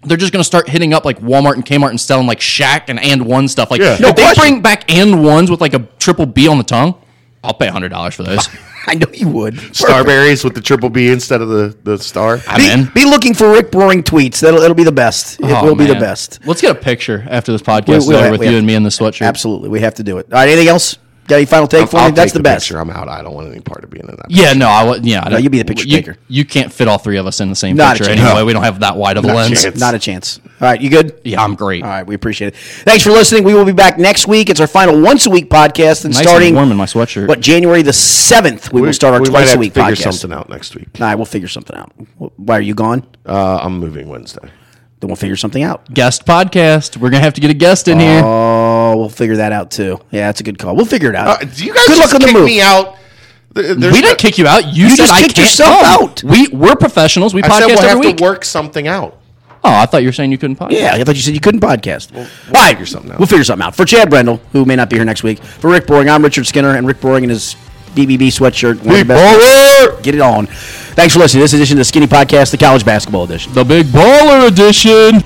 Speaker 4: They're just going to start hitting up like Walmart and Kmart and selling like Shaq and and one stuff. Like,
Speaker 3: Yeah. No
Speaker 4: if they
Speaker 3: question.
Speaker 4: bring back and ones with like a triple B on the tongue, I'll pay hundred dollars for those.
Speaker 2: I know you would.
Speaker 3: Starberries with the triple B instead of the, the star.
Speaker 4: I'm
Speaker 2: Be,
Speaker 4: in.
Speaker 2: be looking for Rick Roaring tweets. That'll it'll be the best. It
Speaker 4: Oh,
Speaker 2: will be the
Speaker 4: man.
Speaker 2: best.
Speaker 4: Let's get a picture after this podcast
Speaker 2: We-
Speaker 4: is
Speaker 2: we'll
Speaker 4: over
Speaker 2: have-
Speaker 4: with
Speaker 2: we
Speaker 4: you
Speaker 2: have-
Speaker 4: and me in the sweatshirt.
Speaker 2: Absolutely, we have to do it. All right, anything else? Got any final take for me? That's
Speaker 3: take
Speaker 2: the, best.
Speaker 3: Picture. I'm out. I don't want any part of being in that.
Speaker 4: Yeah, no, I would. Yeah, I don't-
Speaker 2: you'd be the picture
Speaker 4: you,
Speaker 2: taker.
Speaker 4: You can't fit all three of us in the same
Speaker 2: Not a
Speaker 4: picture
Speaker 2: chance.
Speaker 4: anyway. We don't have that wide of a
Speaker 3: a
Speaker 4: lens.
Speaker 3: chance.
Speaker 2: Not a chance. All right, you good?
Speaker 4: Yeah, I'm great.
Speaker 2: All right, we appreciate it. Thanks for listening. We will be back next week. It's our final once a week podcast, and
Speaker 4: Nice
Speaker 2: starting
Speaker 4: and warm in my sweatshirt.
Speaker 2: what January the seventh, we, will start our
Speaker 3: we might
Speaker 2: twice
Speaker 3: have
Speaker 2: a
Speaker 3: to
Speaker 2: week
Speaker 3: figure
Speaker 2: podcast.
Speaker 3: something out next week.
Speaker 2: All right, we'll figure something out. Why are you gone?
Speaker 3: Uh, I'm moving Wednesday.
Speaker 2: Then we'll figure something out.
Speaker 4: guest podcast. We're gonna have to get a guest in here.
Speaker 2: Oh, Oh, we'll figure that out too. Yeah, that's a good call. We'll figure it out.
Speaker 3: Uh, do you guys
Speaker 2: good luck
Speaker 3: just
Speaker 2: on the
Speaker 3: kick
Speaker 2: move.
Speaker 3: me out? Th- there's
Speaker 4: we
Speaker 3: no-
Speaker 4: didn't kick you out. You,
Speaker 2: You
Speaker 4: said
Speaker 2: just
Speaker 4: I
Speaker 2: kicked
Speaker 4: can't
Speaker 2: yourself
Speaker 4: come.
Speaker 2: out.
Speaker 4: We we're professionals. We
Speaker 3: I
Speaker 4: podcast
Speaker 3: said we'll
Speaker 4: every
Speaker 3: have
Speaker 4: week.
Speaker 3: to work something out.
Speaker 4: Oh, I thought you were saying you couldn't podcast.
Speaker 2: Yeah, I thought you said you couldn't podcast.
Speaker 3: we'll
Speaker 2: All right,
Speaker 3: figure something out.
Speaker 2: We'll figure something out. For Chad Brendel, who may not be here next week, for Rick Boring, I'm Richard Skinner, and Rick Boring in his BBB sweatshirt. one of the best- Get it on. Thanks for listening to this edition of the Skinny Podcast, the College Basketball Edition.
Speaker 4: The big baller edition.